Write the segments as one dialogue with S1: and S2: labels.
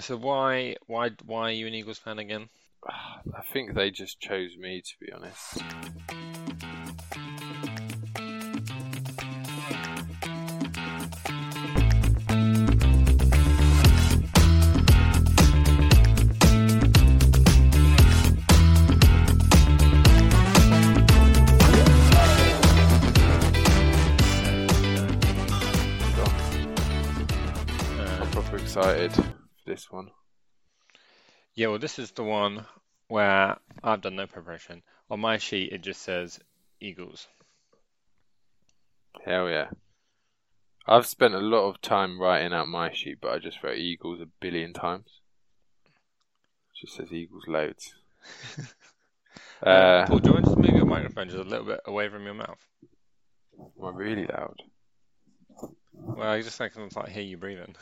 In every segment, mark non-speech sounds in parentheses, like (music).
S1: So why why why are you an Eagles fan again?
S2: I think they just chose me, to be honest. God, I'm
S1: Uh,
S2: proper excited for this one.
S1: yeah, well, this is the one where I've done no preparation. On my sheet, it just says Eagles.
S2: Hell yeah. I've spent a lot of time writing out my sheet, but I just wrote Eagles a billion times. It just says Eagles
S1: (laughs)
S2: loads. uh,
S1: Paul, do you want to just move your microphone just a little bit away from your mouth?
S2: am I really loud?
S1: Well, I just like can like hear you breathing.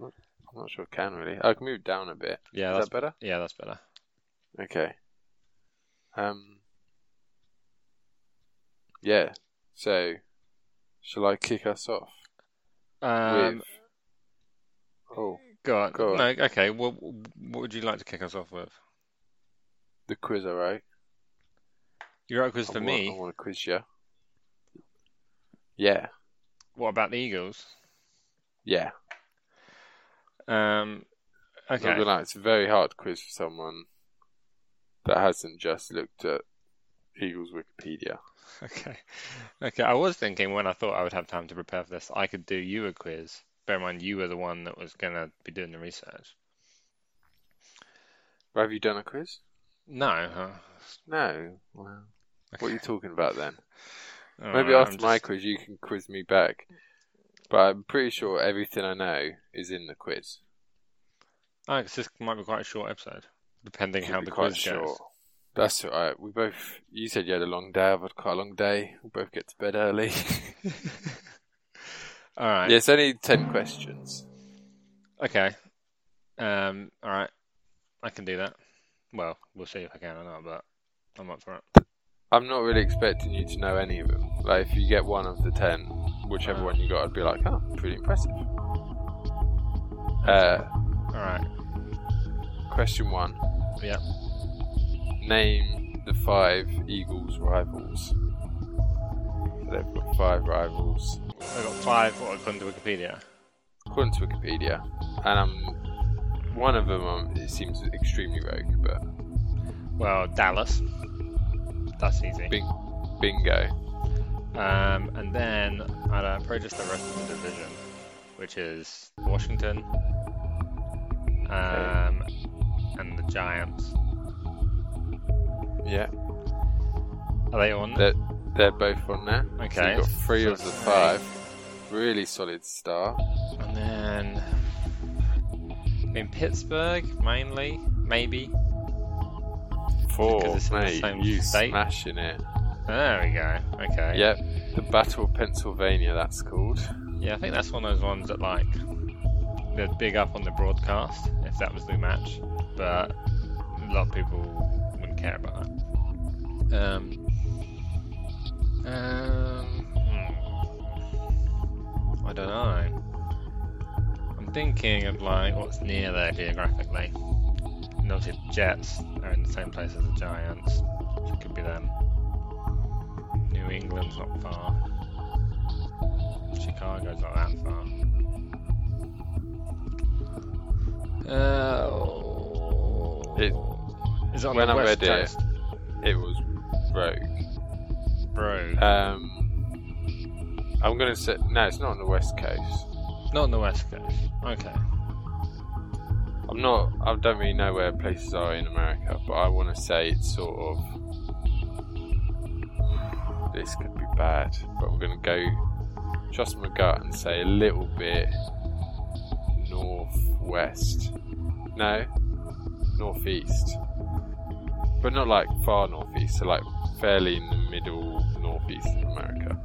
S2: I'm not sure I can really. I can move down a bit.
S1: Yeah,
S2: Is
S1: that's
S2: that better?
S1: yeah, that's better.
S2: Okay. Um. Yeah. So, shall I kick us off
S1: Um,
S2: with? Oh,
S1: go on.
S2: go on.
S1: No, okay. Well, what would you like to kick us off with?
S2: the quiz, alright?
S1: You're right, quiz for
S2: I
S1: me.
S2: Want, I want to quiz you. Yeah.
S1: What about the Eagles?
S2: Yeah.
S1: Um,
S2: I'm not
S1: okay.
S2: gonna lie, it's a very hard quiz for someone that hasn't just looked at Eagles Wikipedia.
S1: (laughs) Okay. Okay. I was thinking when I thought I would have time to prepare for this, I could do you a quiz. Bear in mind, you were the one that was going to be doing the research.
S2: Have you done a quiz?
S1: No, huh?
S2: No. Wow. What are you talking
S1: (laughs)
S2: about then?
S1: Oh,
S2: Maybe
S1: no,
S2: after
S1: I'm
S2: my
S1: just-
S2: quiz, you can quiz me back. But I'm pretty sure everything I know is in the quiz.
S1: Oh, 'cause this might be quite a short episode, depending
S2: Could
S1: how
S2: be
S1: the
S2: quite
S1: quiz goes.
S2: short. That's all right. We both. You said you had a long day. I've had quite a long day. We both get to bed early.
S1: (laughs) All right.
S2: (laughs) yeah, it's only ten questions.
S1: Okay. Um, all right. I can do that. Well, we'll see if I can or not, but I'm up for it.
S2: I'm not really expecting you to know any of them. Like, if you get one of the ten, whichever one you got, I'd be like, oh, pretty impressive. Uh,
S1: All right.
S2: question one.
S1: Yeah.
S2: Name the five Eagles rivals. So they've got five rivals.
S1: I got five, what, according to Wikipedia.
S2: According to Wikipedia, and um, one of them um, it seems extremely rogue, but
S1: Well, Dallas. That's easy.
S2: bing- bingo.
S1: Um, and then I'd uh, probably just the rest of the division, which is Washington, um, and the Giants.
S2: Yeah,
S1: Are they on?
S2: they're, they're both on there. So
S1: Okay.
S2: you've got three
S1: So
S2: of the
S1: three.
S2: five. Really solid start.
S1: And then, I mean, Pittsburgh mainly, maybe.
S2: Four,
S1: Because it's in the
S2: mate.
S1: same
S2: You
S1: state.
S2: smashing it.
S1: There we go. Okay.
S2: Yep. The Battle of Pennsylvania, that's called.
S1: Yeah, I think that's one of those ones that like they're big up on the broadcast if that was the match, but a lot of people wouldn't care about that. Um, um, hmm. I don't know. I'm thinking of like what's near there geographically. And obviously, the Jets are in the same place as the Giants. So it could be them. New England's not far. Chicago's not that far. Uh,
S2: It-
S1: is it on
S2: when
S1: the
S2: I
S1: west
S2: read it-
S1: coast?
S2: It was rogue.
S1: Bro,
S2: Um, I'm going to say. No, it's not on the West Coast.
S1: not on the west coast. Okay.
S2: I'm not. I don't really know where places are in America, but I want to say it's sort of. This could be bad, but we're going to go. Trust my gut and say a little bit northwest. No, northeast, but not like far northeast. So like fairly in the middle northeast of America.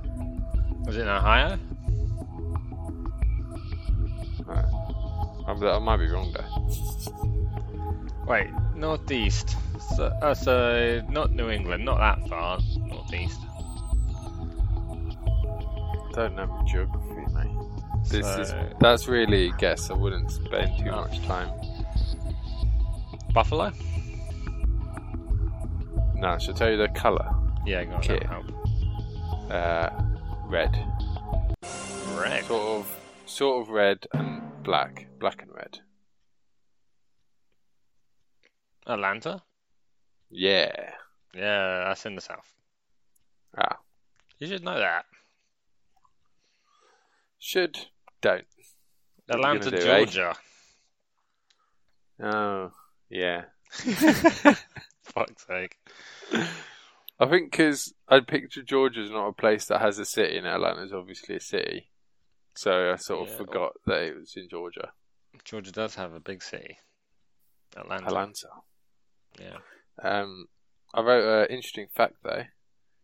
S1: Was it in Ohio?
S2: Uh, I, I might be wrong there.
S1: Wait, northeast. So, uh, so not New England, not that far northeast.
S2: Don't know my geography, mate. This is
S1: So-
S2: that's really a guess. I wouldn't spend too
S1: No.
S2: much time.
S1: Buffalo?
S2: No, shall I tell you the colour?
S1: Yeah, go on.
S2: Okay.
S1: that'll help.
S2: Uh, red.
S1: Right.
S2: Sort of, sort of red and black, black and red.
S1: Atlanta?
S2: Yeah.
S1: Yeah, that's in the south.
S2: Ah,
S1: You should know that.
S2: should don't. What are you
S1: Atlanta,
S2: gonna do, eh? (laughs)
S1: Georgia. (laughs)
S2: Oh, yeah.
S1: Fuck's sake.
S2: I think because I picture Georgia's not a place that has a city, and Atlanta's obviously a city. So I sort of
S1: Yeah.
S2: forgot that it was in Georgia.
S1: Georgia does have a big city. Atlanta.
S2: Atlanta.
S1: Yeah.
S2: Um, I wrote an interesting fact though.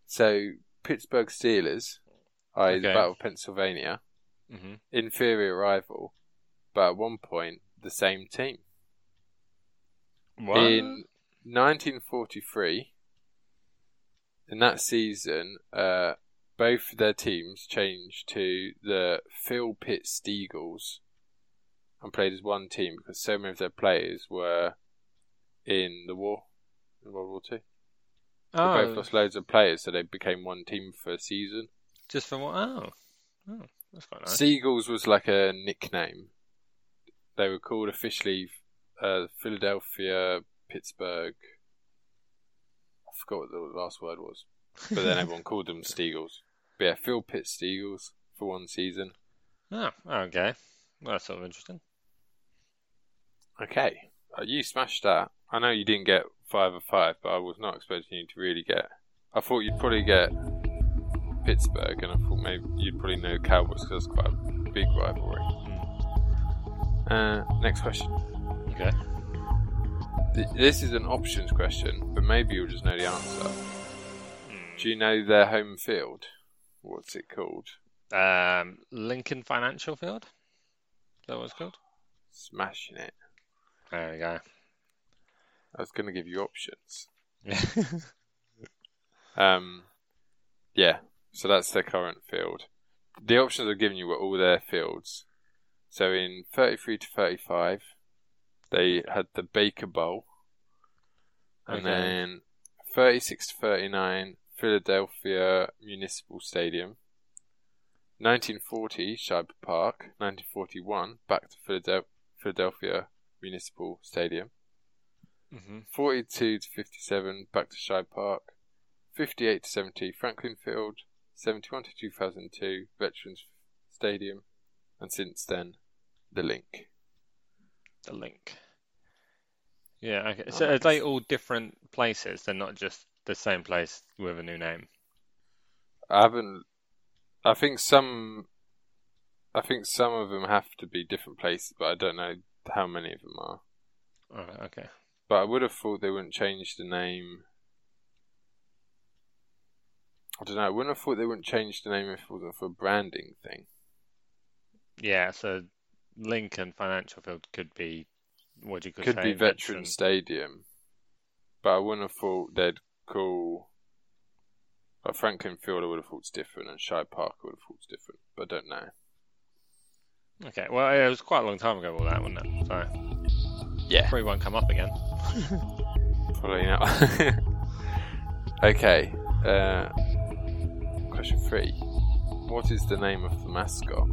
S2: So Pittsburgh Steelers, i.e. the
S1: Okay.
S2: Battle of Pennsylvania,
S1: hmm
S2: inferior rival, but at one point the same team.
S1: What?
S2: In 1943, in that season, uh, both of their teams changed to the Phil Pitt Steagles and played as one team because so many of their players were in the war, in World War Two. They both
S1: oh,
S2: lost loads of players, so they became one team for a season.
S1: just for what? Oh. oh, that's quite nice.
S2: Seagulls was like a nickname. They were called officially uh, Philadelphia, Pittsburgh. I forgot what the last word was,
S1: (laughs)
S2: but then everyone called them Steagles. But yeah, Phil Pitt Steagles for one season.
S1: oh, okay. Well, that's sort of interesting.
S2: Okay, uh, you smashed that. I know you didn't get five of five, but I was not expecting you to really get. I thought you'd probably get Pittsburgh, and I thought maybe you'd probably know Cowboys because that's quite a big rivalry. Uh, next question.
S1: Okay.
S2: Th- This is an options question, but maybe you'll just know the answer.
S1: Hmm.
S2: Do you know their home field? What's it called?
S1: Um, Lincoln Financial Field? Is that what it's called?
S2: Smashing it.
S1: There we
S2: (laughs)
S1: go.
S2: I was going to give you options.
S1: Yeah.
S2: Um, yeah, so that's their current field. The options I've given you were all their fields. So in 33 to 35, they had the Baker Bowl. And
S1: Okay.
S2: then 36 to 39, Philadelphia Municipal Stadium. 1940, Shibe Park. 1941, back to Philadel- Philadelphia Municipal Stadium.
S1: hmm
S2: 42 to 57, back to Shibe Park. 58 to 70, Franklin Field. 71 to 2002, Veterans Stadium. And since then, the link.
S1: The link. Yeah, okay.
S2: Oh,
S1: So are they
S2: nice.
S1: all different places? They're not just the same place with a new name.
S2: I haven't. I think some. I think some of them have to be different places, but I don't know how many of them are.
S1: Oh, okay.
S2: But I would have thought they wouldn't change the name. I don't know. I wouldn't have thought they wouldn't change the name if it wasn't for a branding thing.
S1: Yeah, so Lincoln Financial Field could be what you could,
S2: could
S1: say
S2: be Veteran
S1: veteran.
S2: Stadium, but I wouldn't have thought they'd call. Like Franklin Field, I would have thought's different, and Shire Park, I would have thought's different, but I don't know.
S1: Okay, well, it was quite a long time ago, all that, wasn't it? So
S2: Yeah,
S1: probably won't come up again.
S2: probably not. (laughs) okay, uh, question three: What is the name of the mascot?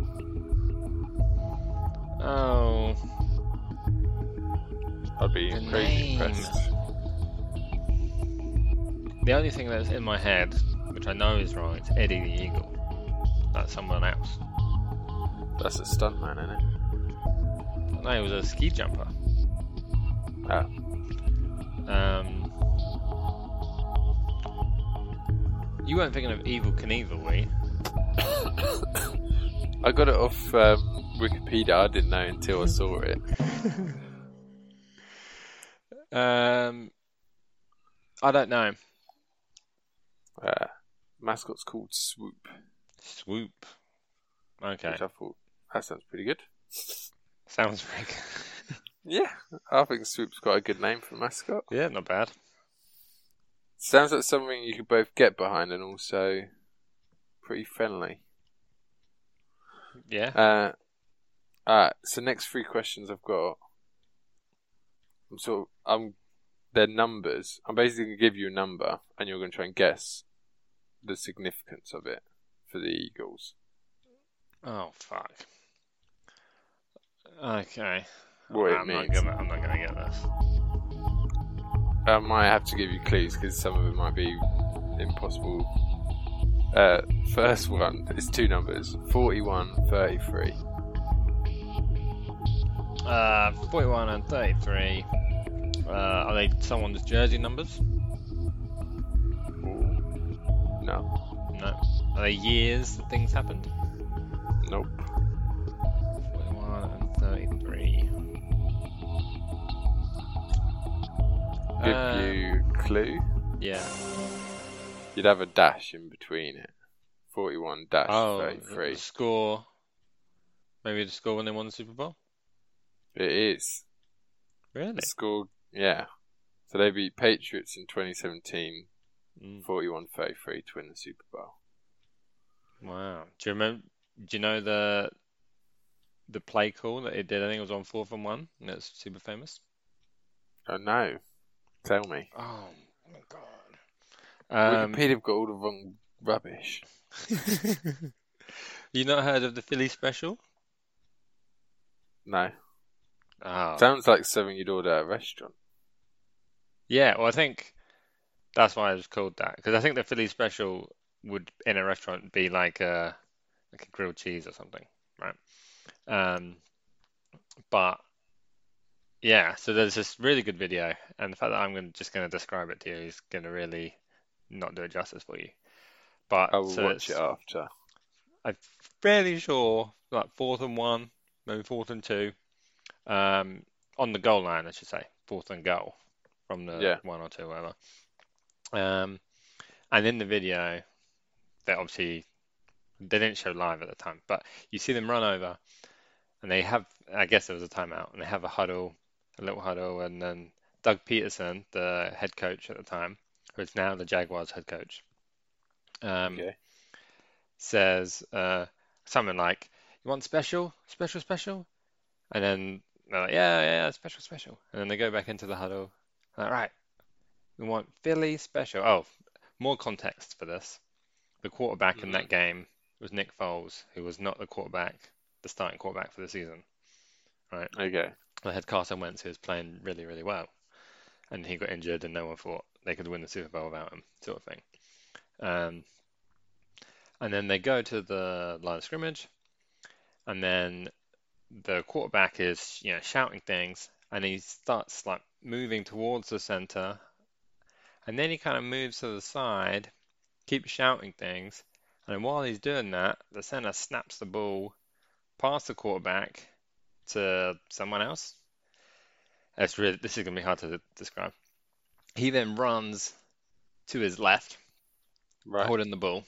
S1: Oh,
S2: I'd be
S1: The
S2: crazy
S1: name.
S2: impressed.
S1: the only thing that's in my head, which I know is wrong, it's Eddie the Eagle. That's someone else.
S2: That's a stuntman, isn't it?
S1: No, he was a ski jumper.
S2: Ah.
S1: Um, you weren't thinking of Evil Knievel, were you? (laughs)
S2: I got it off um, Wikipedia. I didn't know until I saw it.
S1: Um, I don't know.
S2: Uh, mascot's called Swoop,
S1: Swoop. Okay,
S2: which I thought that sounds pretty good.
S1: sounds pretty (laughs) good.
S2: Yeah, I think Swoop's got a good name for a mascot.
S1: yeah, not bad.
S2: Sounds like something you could both get behind and also pretty friendly.
S1: Yeah.
S2: Uh, Alright, so next three questions I've got. I'm sort of, I'm, they're numbers. I'm basically going to give you a number, and you're going to try and guess the significance of it for the Eagles.
S1: Oh fuck. Okay.
S2: What
S1: I'm
S2: it
S1: not
S2: means.
S1: gonna. I'm not gonna get this.
S2: I might have to give you clues because some of it might be impossible. Uh, first one is two numbers 41, 33.
S1: Uh, 41 and 33. Uh, are they someone's jersey numbers?
S2: No,
S1: No. Are they years that things happened?
S2: nope.
S1: 41 and 33.
S2: Give
S1: Um,
S2: you clue.
S1: Yeah.
S2: You'd have a dash in between it. 41 dash
S1: Oh, the
S2: 33.
S1: score. Maybe the score when they won the Super Bowl?
S2: It is.
S1: Really?
S2: Scored, yeah. So they beat Patriots in 2017,
S1: Mm,
S2: 41 33 to win the Super Bowl.
S1: Wow. Do you remember? Do you know the the play call that it did? I think it was on fourth and one, and it's super famous.
S2: Oh no. Tell me.
S1: Oh my god. Um,
S2: Wikipedia have got all the wrong rubbish.
S1: you not heard of the Philly special?
S2: No.
S1: Oh.
S2: Sounds like something you'd order at a restaurant.
S1: Yeah, well, I think that's why it was called that because I think the Philly special would in a restaurant be like a like a grilled cheese or something, right? Um, but yeah, so there's this really good video, and the fact that I'm gonna, just going to describe it to you is going to really not do it justice for you. But
S2: I will
S1: so it's-
S2: watch it after.
S1: I'm fairly sure like fourth and one, maybe fourth and two, um, on the goal line, I should say, fourth and goal from the
S2: Yeah.
S1: one or two, whatever. Um, and in the video, they obviously they didn't show live at the time, but you see them run over, and they have, I guess there was a timeout, and they have a huddle, a little huddle, and then Doug Peterson, the head coach at the time, who is now the Jaguars head coach, um,
S2: Okay.
S1: says uh, something like, "You want special, special, special," and then they're like, "Yeah, yeah, yeah, special, special," and then they go back into the huddle. All right, we want Philly special. Oh, more context for this: the quarterback in
S2: Mhm.
S1: that game was Nick Foles, who was not the quarterback, the starting quarterback for the season.
S2: Okay.
S1: They had Carson Wentz, who was playing really, really well, and he got injured, and no one thought they could win the Super Bowl without him, sort of thing. Um, and then they go to the line of scrimmage, and then the quarterback is, you know, shouting things, and he starts like moving towards the center, and then he kind of moves to the side, keeps shouting things, and while he's doing that, the center snaps the ball past the quarterback to someone else. That's really, this is going to be hard to describe. He then runs to his left,
S2: Right.
S1: holding the ball.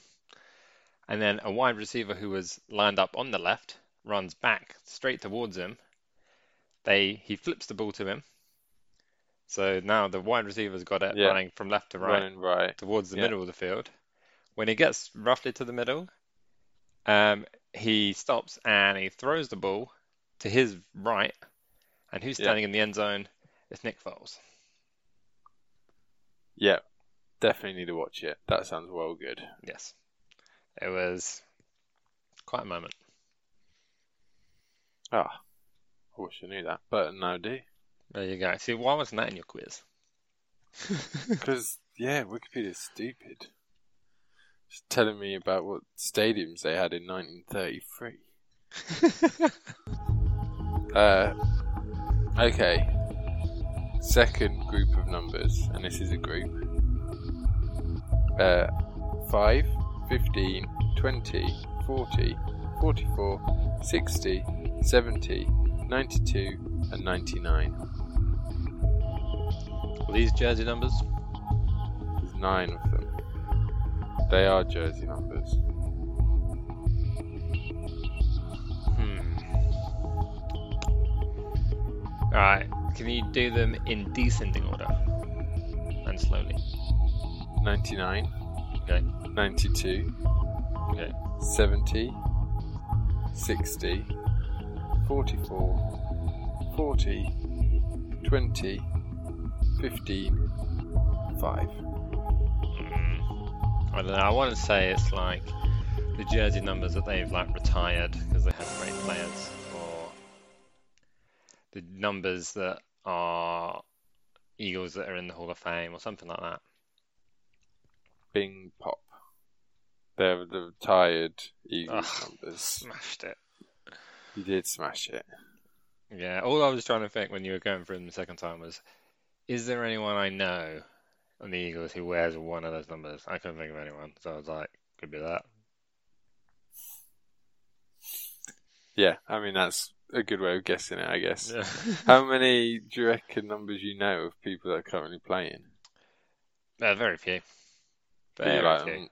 S1: And then a wide receiver who was lined up on the left runs back straight towards him. They he flips the ball to him. So now the wide receiver's got it
S2: Yeah.
S1: running from left to right
S2: Running right.
S1: towards the
S2: Yeah.
S1: middle of the field. When he gets roughly to the middle, um, he stops and he throws the ball to his right. And who's
S2: Yeah.
S1: standing in the end zone? It's Nick Foles.
S2: Yeah. Definitely need to watch it. That sounds well good.
S1: Yes. It was quite a moment.
S2: Ah. I wish I knew that. But now I do.
S1: There you go. See, why wasn't that in your
S2: (laughs)
S1: quiz?
S2: Because, yeah, Wikipedia's stupid. It's telling me about what stadiums they had in 1933. Uh, okay. Second group of numbers, and this is a group. Uh, 5, 15, 20, 40, 44, 60, 70, 92, and 99.
S1: Were these jersey numbers?
S2: There's nine of them. They are jersey numbers.
S1: Hmm. Alright, can you do them in descending order? And slowly.
S2: 99,
S1: Okay.
S2: 92,
S1: Okay.
S2: 70, 60, 44, 40, 20, 15, 5.
S1: Mm. I don't know. I want to say it's like the jersey numbers that they've like retired because they have great players, or the numbers that are Eagles that are in the Hall of Fame, or something like that.
S2: Bing pop. They're the retired Eagles
S1: Ugh.
S2: numbers.
S1: Smashed it.
S2: You did smash it.
S1: Yeah. All I was trying to think when you were going through them the second time was, is there anyone I know on the Eagles who wears one of those numbers? I couldn't think of anyone, so I was like, could be that. (laughs)
S2: Yeah, I mean, that's a good way of guessing it, I guess.
S1: Yeah.
S2: How many do you reckon numbers you know of people that are currently playing?
S1: Uh, very few.
S2: Be
S1: Very
S2: like,
S1: few.
S2: mm,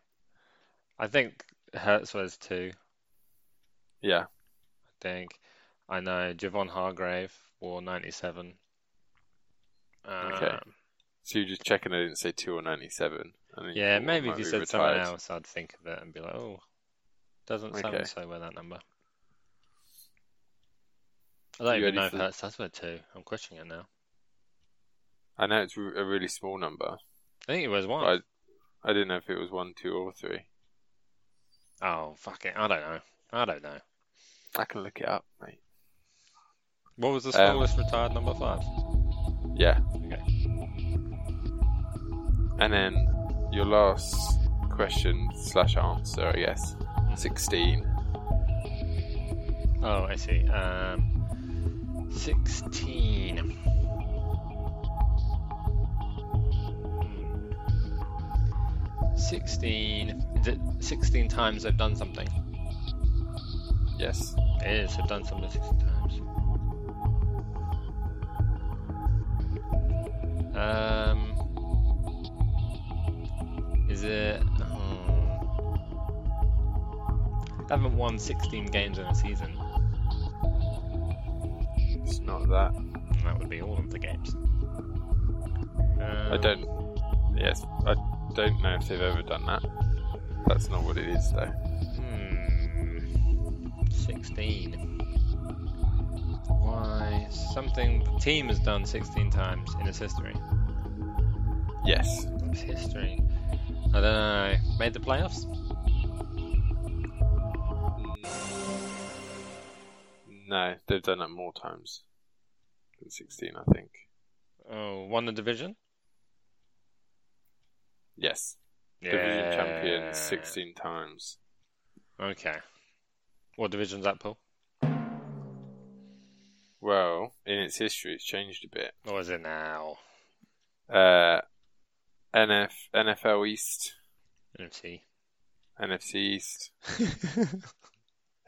S1: I think Hertz was two.
S2: yeah,
S1: I think I know Javon Hargrave wore ninety-seven.
S2: Okay.
S1: Um,
S2: so you're just checking I didn't say 2 or 97. I think
S1: yeah,
S2: four
S1: maybe if
S2: might
S1: you
S2: be
S1: said someone
S2: retired.
S1: else, I'd think of it and be like, "Oh, doesn't so
S2: Okay.
S1: and so wear that number?" I don't
S2: You
S1: even
S2: ready
S1: know if
S2: for-
S1: Hertz does wear two. I'm questioning it now.
S2: I know it's re- a really small number.
S1: I think he wears one.
S2: Right. I didn't know if it was 1, 2, or 3.
S1: Oh, fuck it. I don't know. I don't know.
S2: I can look it up, mate.
S1: What was the
S2: Um,
S1: smallest retired number five?
S2: Yeah.
S1: Okay.
S2: And then your last question slash answer, I guess. 16.
S1: Oh, I see. Um, 16. Hmm. 16. Is it 16 times they've done something?
S2: Yes.
S1: It is, they've done something 16 times. Um, is it. hmm. They haven't won 16 games in a season.
S2: It's not that.
S1: And that would be all of the games. Uh,
S2: I don't. Yes. I don't know if they've ever done that. That's not what it is, though.
S1: Hmm, 16. Why? Something the team has done 16 times in its history.
S2: Yes.
S1: Its history. I don't know. Made the playoffs?
S2: No, they've done that more times than 16, I think.
S1: Oh, won the division?
S2: Yes. Division champions 16 times.
S1: Okay. What division's that, Paul?
S2: Well, in its history, it's changed a bit.
S1: Or is it now?
S2: Uh, NF, NFL East,
S1: (laughs) NFC.
S2: NFC East.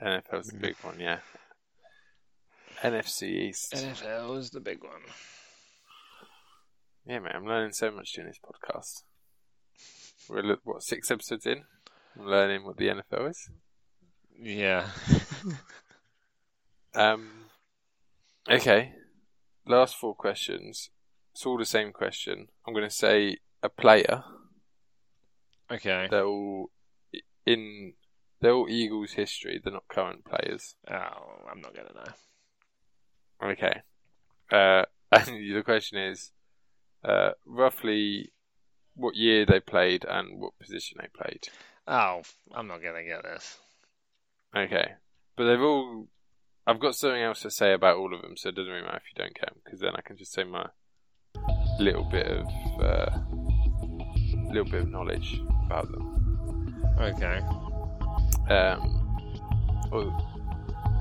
S2: NFL's the big one, yeah. NFC East.
S1: NFL is the big one.
S2: Yeah, man, I'm learning so much doing this podcast. We're, look- what, six episodes in? I'm learning what the NFL is.
S1: Yeah. (laughs)
S2: Um, okay. Last four questions. It's all the same question. I'm going to say a player. (laughs)
S1: okay.
S2: They're all i- in. They're all Eagles history. They're not current players.
S1: Oh, I'm not gonna know.
S2: Okay. Uh, (laughs) and the question is, uh, roughly what year they played and what position they played.
S1: Oh, I'm not gonna get this.
S2: Okay. But they've all. I've got something else to say about all of them, so it doesn't really matter if you don't get them, because then I can just say my little bit of uh, little bit of knowledge about them.
S1: Okay.
S2: Um, oh,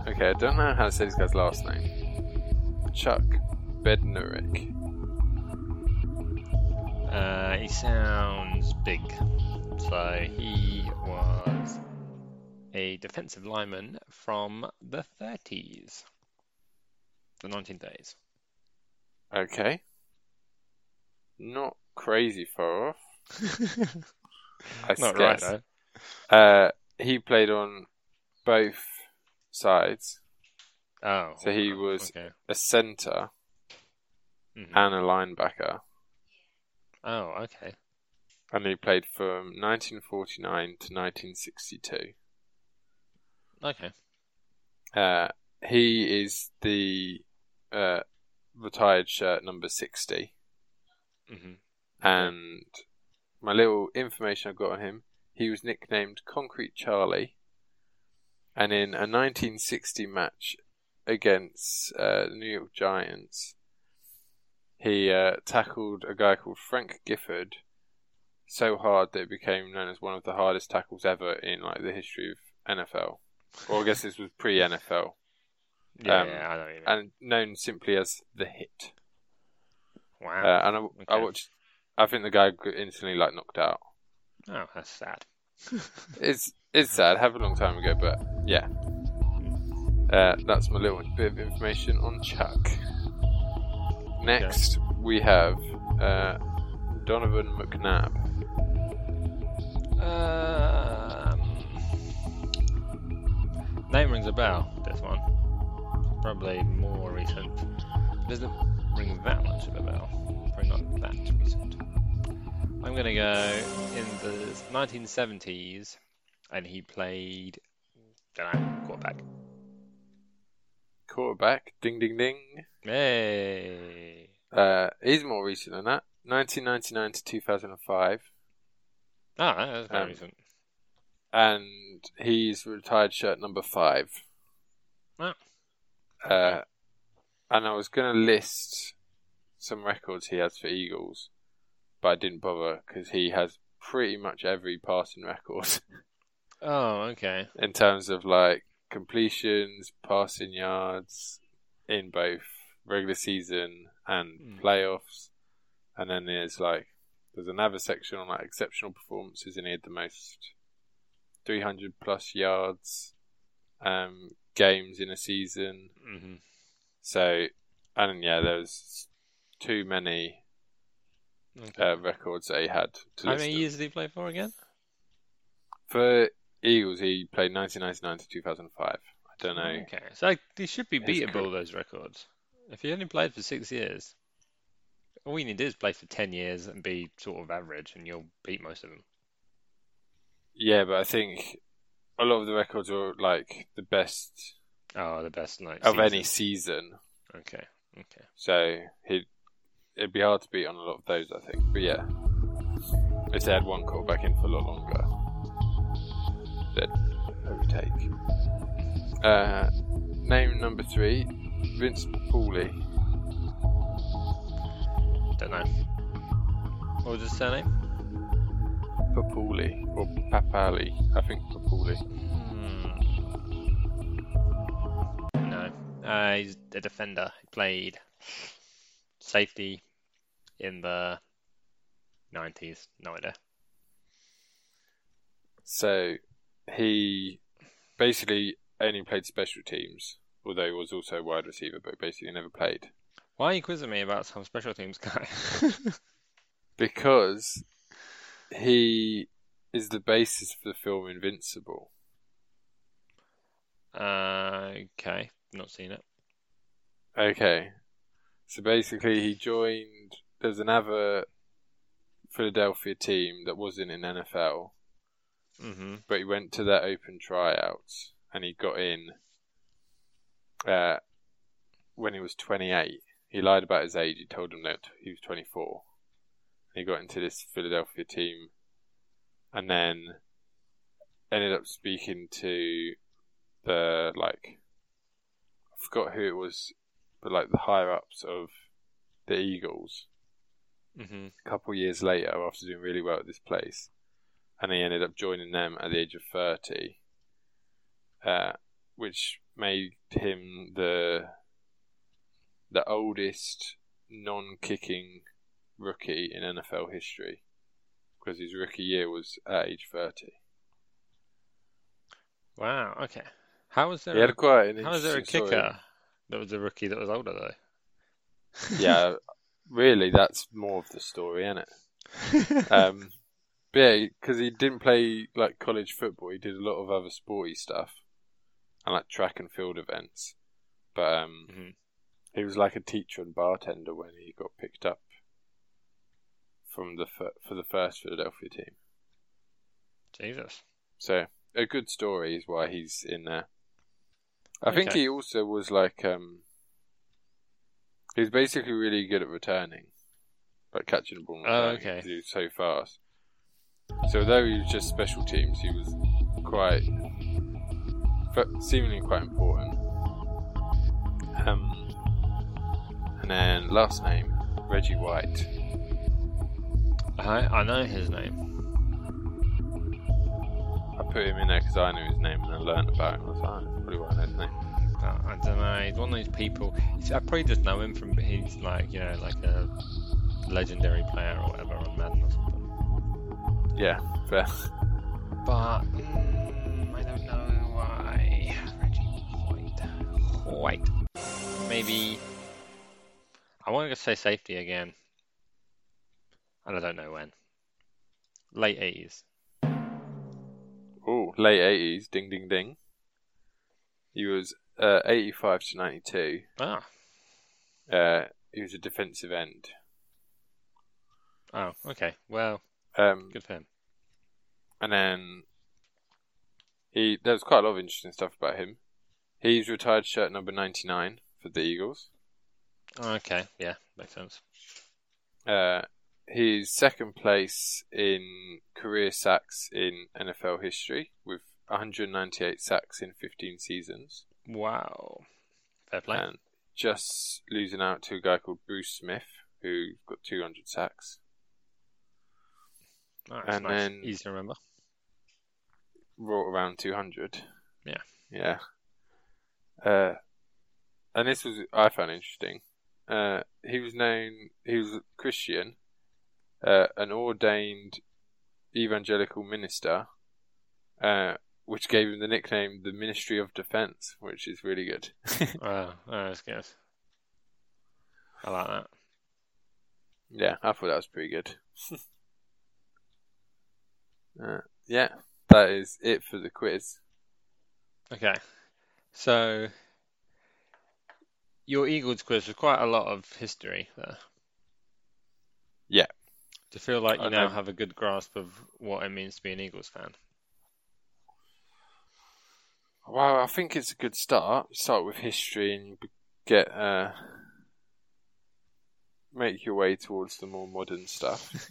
S2: okay, I don't know how to say this guy's last name. Chuck Bednarik.
S1: Uh, he sounds big. So he was a defensive lineman from the 30s, the
S2: (laughs)
S1: 1930s.
S2: Okay, not crazy far off. I
S1: Not right,
S2: guess.
S1: though.
S2: Uh, he played on both sides,
S1: Oh.
S2: So he was-
S1: Okay.
S2: a centre
S1: Mhm.
S2: and a linebacker.
S1: Oh, okay.
S2: and he played from 1949 to 1962.
S1: Okay.
S2: Uh, he is the uh, retired shirt number 60.
S1: hmm
S2: And my little information I've got on him, he was nicknamed Concrete Charlie. And in a 1960 match against uh, the New York Giants, he uh, tackled a guy called Frank Gifford so hard that it became known as one of the hardest tackles ever in like the history of NFL. Well, I guess this was pre NFL
S1: Yeah,
S2: Um,
S1: I don't even.
S2: and known simply as the hit. Uh,
S1: wow.
S2: and I, I
S1: okay.
S2: watched. I think the guy got instantly like knocked out.
S1: oh, that's sad.
S2: It's it's sad. Happened a long time ago, but yeah. Uh, that's my little bit of information on Chuck. Next, we have uh, Donovan McNabb.
S1: um, name rings a bell. This one, probably more recent. It doesn't ring that much of a bell. Probably not that recent. I'm gonna go in the 1970s, and he played. Don't know, quarterback.
S2: Quarterback, ding ding ding.
S1: Hey.
S2: Uh, he's more recent than that. 1999 to 2005.
S1: Ah, that's very
S2: Um,
S1: recent.
S2: and he's retired shirt number five.
S1: Oh.
S2: Uh, and I was going to list some records he has for Eagles, but I didn't bother because he has pretty much every passing record (laughs)
S1: Oh, okay.
S2: in terms of like completions, passing yards in both regular season and
S1: Hmm.
S2: playoffs. And then there's like there's another section on like exceptional performances, and he had the most 300 plus yards um, games in a season.
S1: hmm
S2: So, and yeah, there's too many
S1: okay.
S2: uh, records that he had to
S1: How
S2: list.
S1: many
S2: them.
S1: years did he play for again?
S2: For Eagles, he played 1999 to 2005. I don't know.
S1: Okay, so like, they should be
S2: His
S1: beatable those records. If he only played for six years, all you need to do is play for ten years and be sort of average, and you'll beat most of them.
S2: Yeah, but I think a lot of the records are like the best
S1: Oh, the best like
S2: of any
S1: season.
S2: season.
S1: Okay, okay,
S2: So he'd, it'd be hard to beat on a lot of those, I think. But yeah, if they had one quarterback in for a lot longer, they'd overtake. Uh, name number three, Vince Pauley.
S1: don't know. What was his surname?
S2: Papuli or Papali, I think Papuli.
S1: Hmm. No, uh, he's a defender. He played safety in the nineties. No idea.
S2: So he basically only played special teams, although he was also a wide receiver, but basically never played.
S1: Why are you quizzing me about some special teams guy? (laughs)
S2: Because he is the basis for the film Invincible.
S1: Uh, okay, not seen it.
S2: Okay. So basically he joined there's another Philadelphia team that wasn't in NFL,
S1: Mm-hmm.
S2: but he went to their open tryouts and he got in uh, when he was 28. He lied about his age. He told them that he was 24. And he got into this Philadelphia team and then ended up speaking to the, like, I forgot who it was, but like the higher ups of the Eagles
S1: Mm-hmm.
S2: a couple years later after doing really well at this place, and he ended up joining them at the age of 30, uh, which made him the the oldest non-kicking rookie in NFL history because his rookie year was at age 30.
S1: Wow. Okay. How was there?
S2: He had quite an
S1: a, how was there a
S2: interesting
S1: kicker
S2: story.
S1: that was a rookie that was older though?
S2: yeah, really, that's more of the story, isn't it? Um, but yeah, because he didn't play like college football, he did a lot of other sporty stuff and like track and field events. But um,
S1: Mhm.
S2: he was like a teacher and bartender when he got picked up from the fir- for the first Philadelphia team.
S1: Jesus.
S2: So a good story is why he's in there. I think
S1: Okay.
S2: he also was like um he was basically really good at returning. Like catching the ball and
S1: Oh,
S2: returning
S1: okay.
S2: 'cause he was so fast. So though he was just special teams, he was quite fe- seemingly quite important. Um and then last name, Reggie White.
S1: I, I know his name.
S2: I put him in there because I knew his name and I learned about him. I was like, "Oh, that's probably why I know his name.
S1: but I don't know. He's one of those people. I probably just know him from he's like you know like a legendary player or whatever on Madden or something.
S2: Yeah, fair. (laughs)
S1: But mm, I don't know why. Reggie White. White. Maybe. I want to say safety again, and I don't know when. Late eighties.
S2: Ooh, late eighties, ding ding ding. He was uh, eighty-five to ninety-two.
S1: Ah.
S2: Uh, he was a defensive end.
S1: Oh. Okay. Well.
S2: Um,
S1: Good for him.
S2: and then he there was quite a lot of interesting stuff about him. He's retired shirt number ninety-nine for the Eagles.
S1: Okay. Yeah. Makes sense.
S2: Uh, he's second place in career sacks in NFL history with one hundred ninety-eight sacks in fifteen seasons,
S1: Wow. Fair play.
S2: and just losing out to a guy called Bruce Smith who got two hundred sacks.
S1: Nice,
S2: and
S1: nice.
S2: then-
S1: Easy to remember.
S2: wrought around 200.
S1: Yeah.
S2: Yeah. Uh, and this was, I found interesting. Uh, he was known, he was a Christian, uh, an ordained evangelical minister, uh, which gave him the nickname the Ministry of Defense, which is really good.
S1: Oh, oh, that's good. I like that.
S2: Yeah, I thought that was pretty good. (laughs) uh, yeah, that is it for the quiz.
S1: Okay. So, your Eagles quiz was quite a lot of history there.
S2: Yeah.
S1: Do you feel like you
S2: I
S1: now
S2: know.
S1: have a good grasp of what it means to be an Eagles
S2: (laughs)
S1: fan?
S2: Well, I think it's a good start. Start with history and b- get uh, make your way towards the more modern stuff.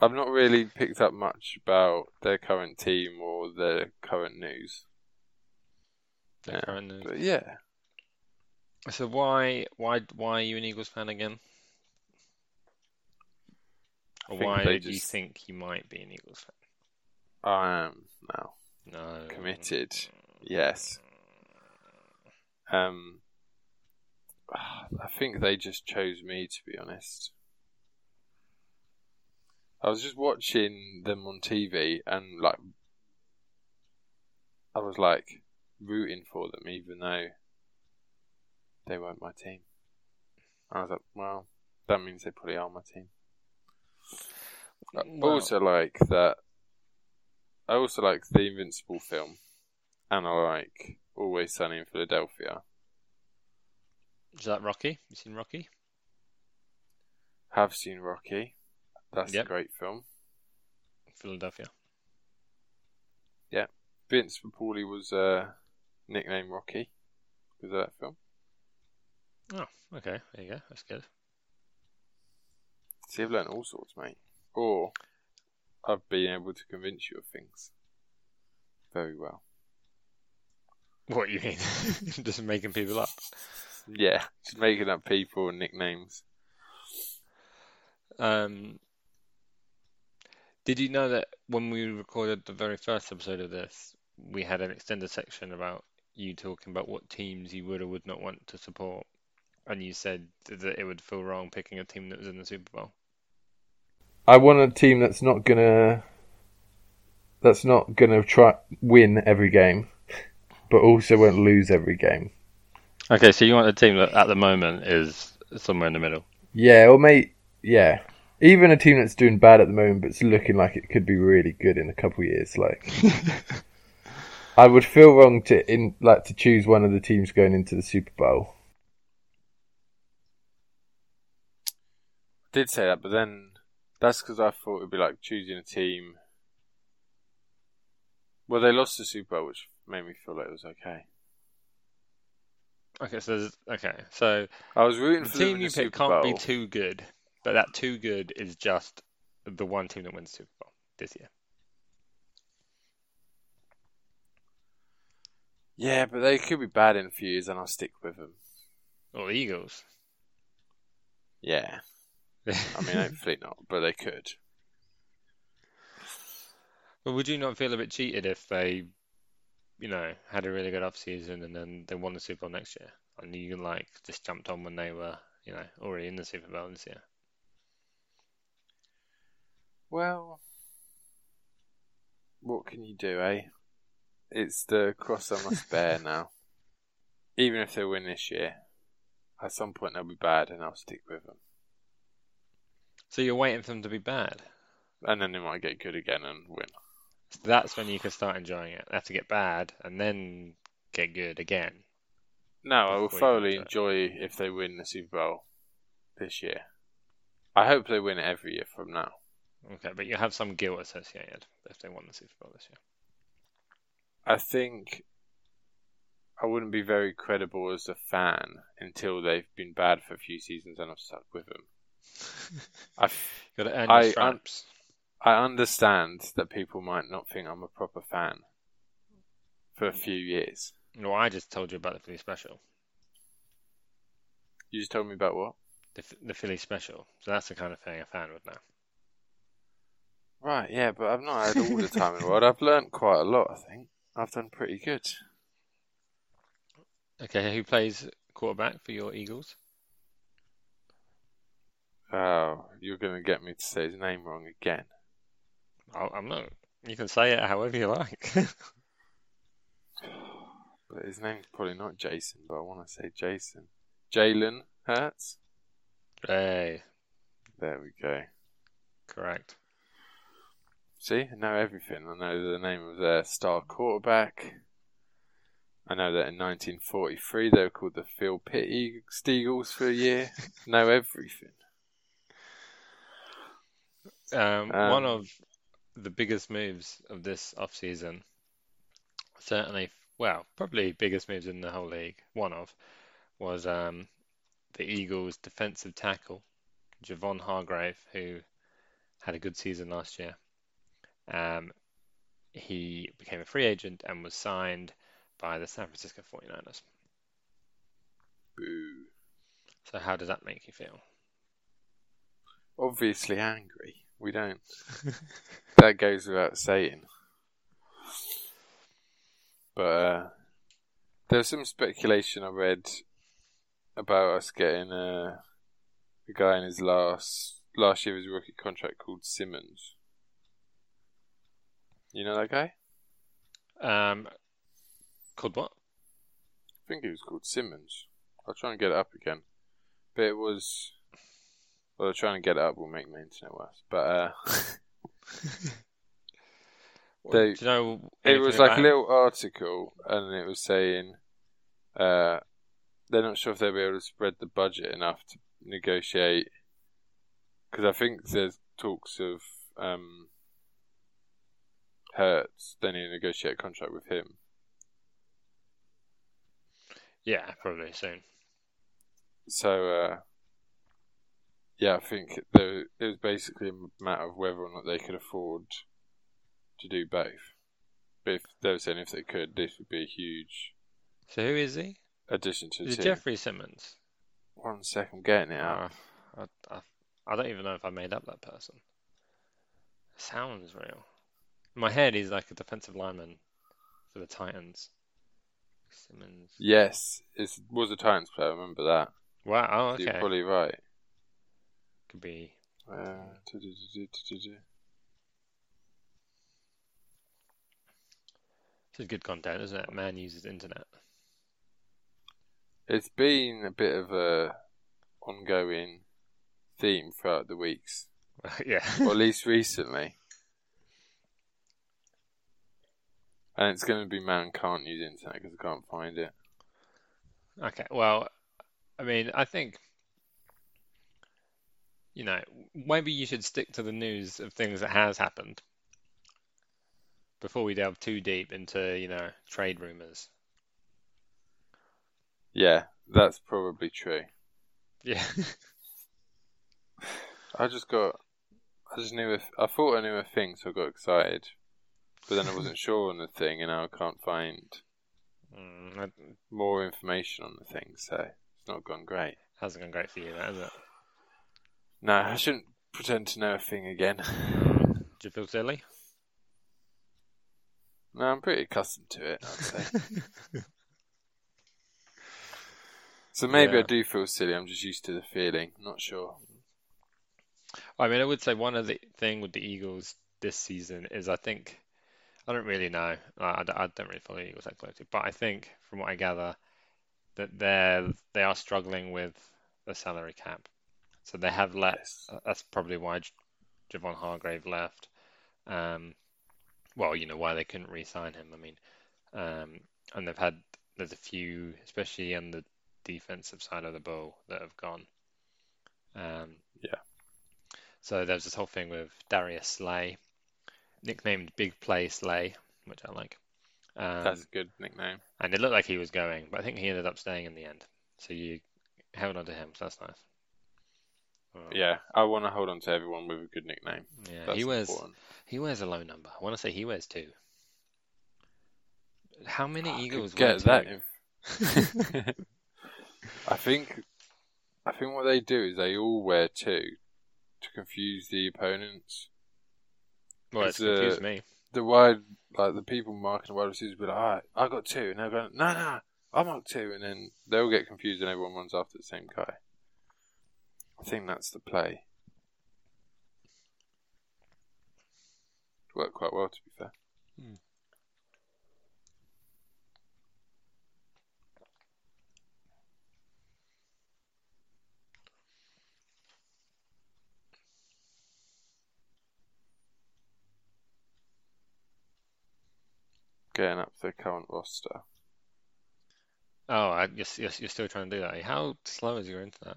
S2: I've not really picked up much about their current team or their current news,
S1: The
S2: Yeah,
S1: current news.
S2: but yeah,
S1: So why why why are you an Eagles fan again? Or
S2: think
S1: why
S2: they
S1: did you
S2: just-
S1: think you might be an Eagles fan?
S2: I am now
S1: No. Mm.
S2: committed. Uh, Yes. Um, I think they just chose me to be honest. I was just watching them on TV and like I was like rooting for them even though they weren't my team. I was like, well, that means they probably are my team. I
S1: Well-
S2: also like that I also like the Invincible film and I like Always Sunny in Philadelphia.
S1: Is that Rocky? You seen Rocky?
S2: Have seen Rocky. That's
S1: Yep.
S2: a great film.
S1: Philadelphia.
S2: Vince Papali was uh, nicknamed Rocky because of that film.
S1: Okay, there you go. That's good.
S2: See, I've learned all sorts, mate. Or I've been able to convince you of things very well.
S1: What you (laughs) mean? Just making people up.
S2: Yeah, (laughs) just making up people and nicknames.
S1: Um, did you know that when we recorded the very first episode of this, we had an extended section about you talking about what teams you would or would not want to support, and you said that it would feel wrong picking a team that was in the Super Bowl.
S3: I want a team that's not gonna that's not gonna try win every game, but also won't lose every game.
S1: Okay, so you want a team that at the moment is somewhere in the middle.
S3: Yeah, or mate, yeah. Even a team that's doing bad at the moment, but's looking like it could be really good in a couple years.
S2: (laughs)
S3: Like, I would feel wrong to in like to choose one of the teams going into the Super Bowl.
S2: did say that, but then that's because I thought it'd be like choosing a team. Well, they lost the Super Bowl, which made me feel like it was okay.
S1: Okay, so there's- okay, so
S2: I was rooting
S1: the
S2: for them
S1: team
S2: in
S1: you
S2: the
S1: pick
S2: Super
S1: can't be
S2: Bowl.
S1: too good, but that too good is just the one team that wins the Super Bowl this year.
S2: Yeah, but they could be bad in a few years, and I'll stick with them.
S1: Or the Eagles.
S2: Yeah, I
S1: (laughs)
S2: mean, hopefully not, but they could.
S1: But would you not feel a bit cheated if they, you know, had a really good off season and then they won the Super Bowl next year? And you like just jumped on when they were, you know, already in the Super Bowl this year.
S2: Well, what can you do, eh? It's the cross I
S1: (laughs)
S2: must bear now. Even if they win this year, at some point they'll be bad, and I'll stick with them.
S1: So you're waiting for them to be bad.
S2: And then they might get good again and win.
S1: So that's when you can start enjoying it. They have to get bad and then get good again.
S2: No, I will
S1: Before you
S2: thoroughly
S1: get
S2: enjoy if they win the Super Bowl this year. I hope they win it every year from now.
S1: Okay, but you have some guilt associated if they won the Super Bowl this year.
S2: I think I wouldn't be very credible as a fan until they've been bad for a few seasons and I've stuck with them. I, f-
S1: Got to earn your
S2: I- I'm-
S1: stripes.
S2: I understand that people might not think I'm a proper fan for a few years.
S1: No, I just told you about the Philly special.
S2: You just told me about what?
S1: The, F- the Philly special. So that's the kind of thing a fan would know.
S2: Right, yeah, but I've not had all the time (laughs) in the world. I've learnt quite a lot, I think. I've done pretty good.
S1: Okay, who plays quarterback for your Eagles?
S2: Oh, you're going to get me to say his name wrong again.
S1: i I'm not. You can say it however you like. (laughs)
S2: But his name's probably not Jason, but I want to say Jason. Jalen Hurts?
S1: hey,
S2: There we go.
S1: correct.
S2: See, I know everything. I know the name of their star quarterback. I know that in 1943 they were called the Phil Pitt Eag- Steagles for a year. know everything.
S1: Um,
S2: Um,
S1: one of the biggest moves of this offseason, certainly, well, probably biggest moves in the whole league, one of, was um, the Eagles' defensive tackle, Javon Hargrave, who had a good season last year. Um, he became a free agent and was signed by the San Francisco 49ers.
S2: Boo.
S1: So, how does that make you feel?
S2: Obviously angry. We don't. that goes without saying. But uh, there was some speculation I read about us getting uh, a guy in his last last year of his rookie contract called Simmons. You know that guy? I
S1: Um, called
S2: (laughs)
S1: what?
S2: think he was called Simmons. I'll try and get it up again. But it was. Well, trying to get it up will make my internet worse. But uh, (laughs) They-
S1: Do you know
S2: it was
S1: anything
S2: like a
S1: about him?
S2: little article, and it was saying uh, they're not sure if they'll be able to spread the budget enough to negotiate. Because I think there's talks of um, Hertz. They need to negotiate a contract with him.
S1: Yeah, probably soon.
S2: So uh, yeah, I think there, it was basically a matter of whether or not they could afford to do both. But if they were saying if they could, this would be a huge
S1: So who is he?
S2: addition to the
S1: Is it
S2: team.
S1: Jeffrey Simmons?
S2: One second, I'm getting it out.
S1: Uh, I, I, I don't even know if I made up that person. Sounds real. In my head, he's like a defensive lineman for the Titans. Simmons.
S2: Yes, it was a Titans player. I remember that.
S1: Wow. Oh,
S2: So You're
S1: okay.
S2: probably right.
S1: Could be.
S2: Uh, du-du-du-du-du-du-du.
S1: This is good content, isn't it? Man uses internet. (laughs)
S2: It's been a bit of a ongoing theme throughout the weeks, (laughs)
S1: yeah.
S2: or at least recently. And it's going to be man can't use internet because I can't find it.
S1: Okay. Well, I mean, I think, you know, maybe you should stick to the news of things that has happened before we delve too deep into, you know, trade rumors.
S2: Yeah, that's probably true.
S1: (laughs) Yeah.
S2: I just got. I just knew. A, I thought I knew a thing, so I got excited. But then I wasn't (laughs) sure on the thing, and now I can't find
S1: Mm, that
S2: more information on the thing, so it's not gone great.
S1: hasn't gone great for you, that has it?
S2: No, I shouldn't pretend to know a thing again. (laughs)
S1: Do you feel silly?
S2: no, I'm pretty accustomed to it, I'd say. So maybe
S1: Yeah.
S2: I do feel silly. I'm just used to the feeling. Not sure.
S1: I mean, I would say one other thing with the Eagles this season is I think I don't really know. I, I don't- I don't really follow the Eagles that closely, but I think from what I gather that they're they are struggling with the salary cap, so they have let.
S2: Yes.
S1: Uh, That's probably why J- Javon Hargrave left. Um, well, you know why they couldn't re-sign him. I mean, um, and they've had there's a few, especially on the defensive side of the ball, that have gone. Um,
S2: Yeah.
S1: So there's this whole thing with Darius Slay, nicknamed Big Play Slay, which I like. Um,
S2: That's a good nickname.
S1: and it looked like he was going, but I think he ended up staying in the end. So you held on to him, so that's nice. Well,
S2: Yeah, I want to hold on to everyone with a good nickname.
S1: um, yeah,
S2: That's
S1: he wears
S2: important.
S1: he wears a low number. I want to say he wears two. How many
S2: I could
S1: Eagles wear
S2: get Ah, that.
S1: two?
S2: inf- (laughs) I think, I think what they do is they all wear two to confuse the opponents.
S1: Well, it's
S2: It's, uh,
S1: confused me.
S2: The wide, like the people marking the wide receivers, will be like, "Alright, I got two, and they're going, "No, no, I marked two, and then they'll get confused, and everyone runs after the same guy. I think that's the play. It worked quite well, to be fair. Getting up the current roster.
S1: Oh, I, you're, you're, you're still trying to do that. eh? How slow is your internet?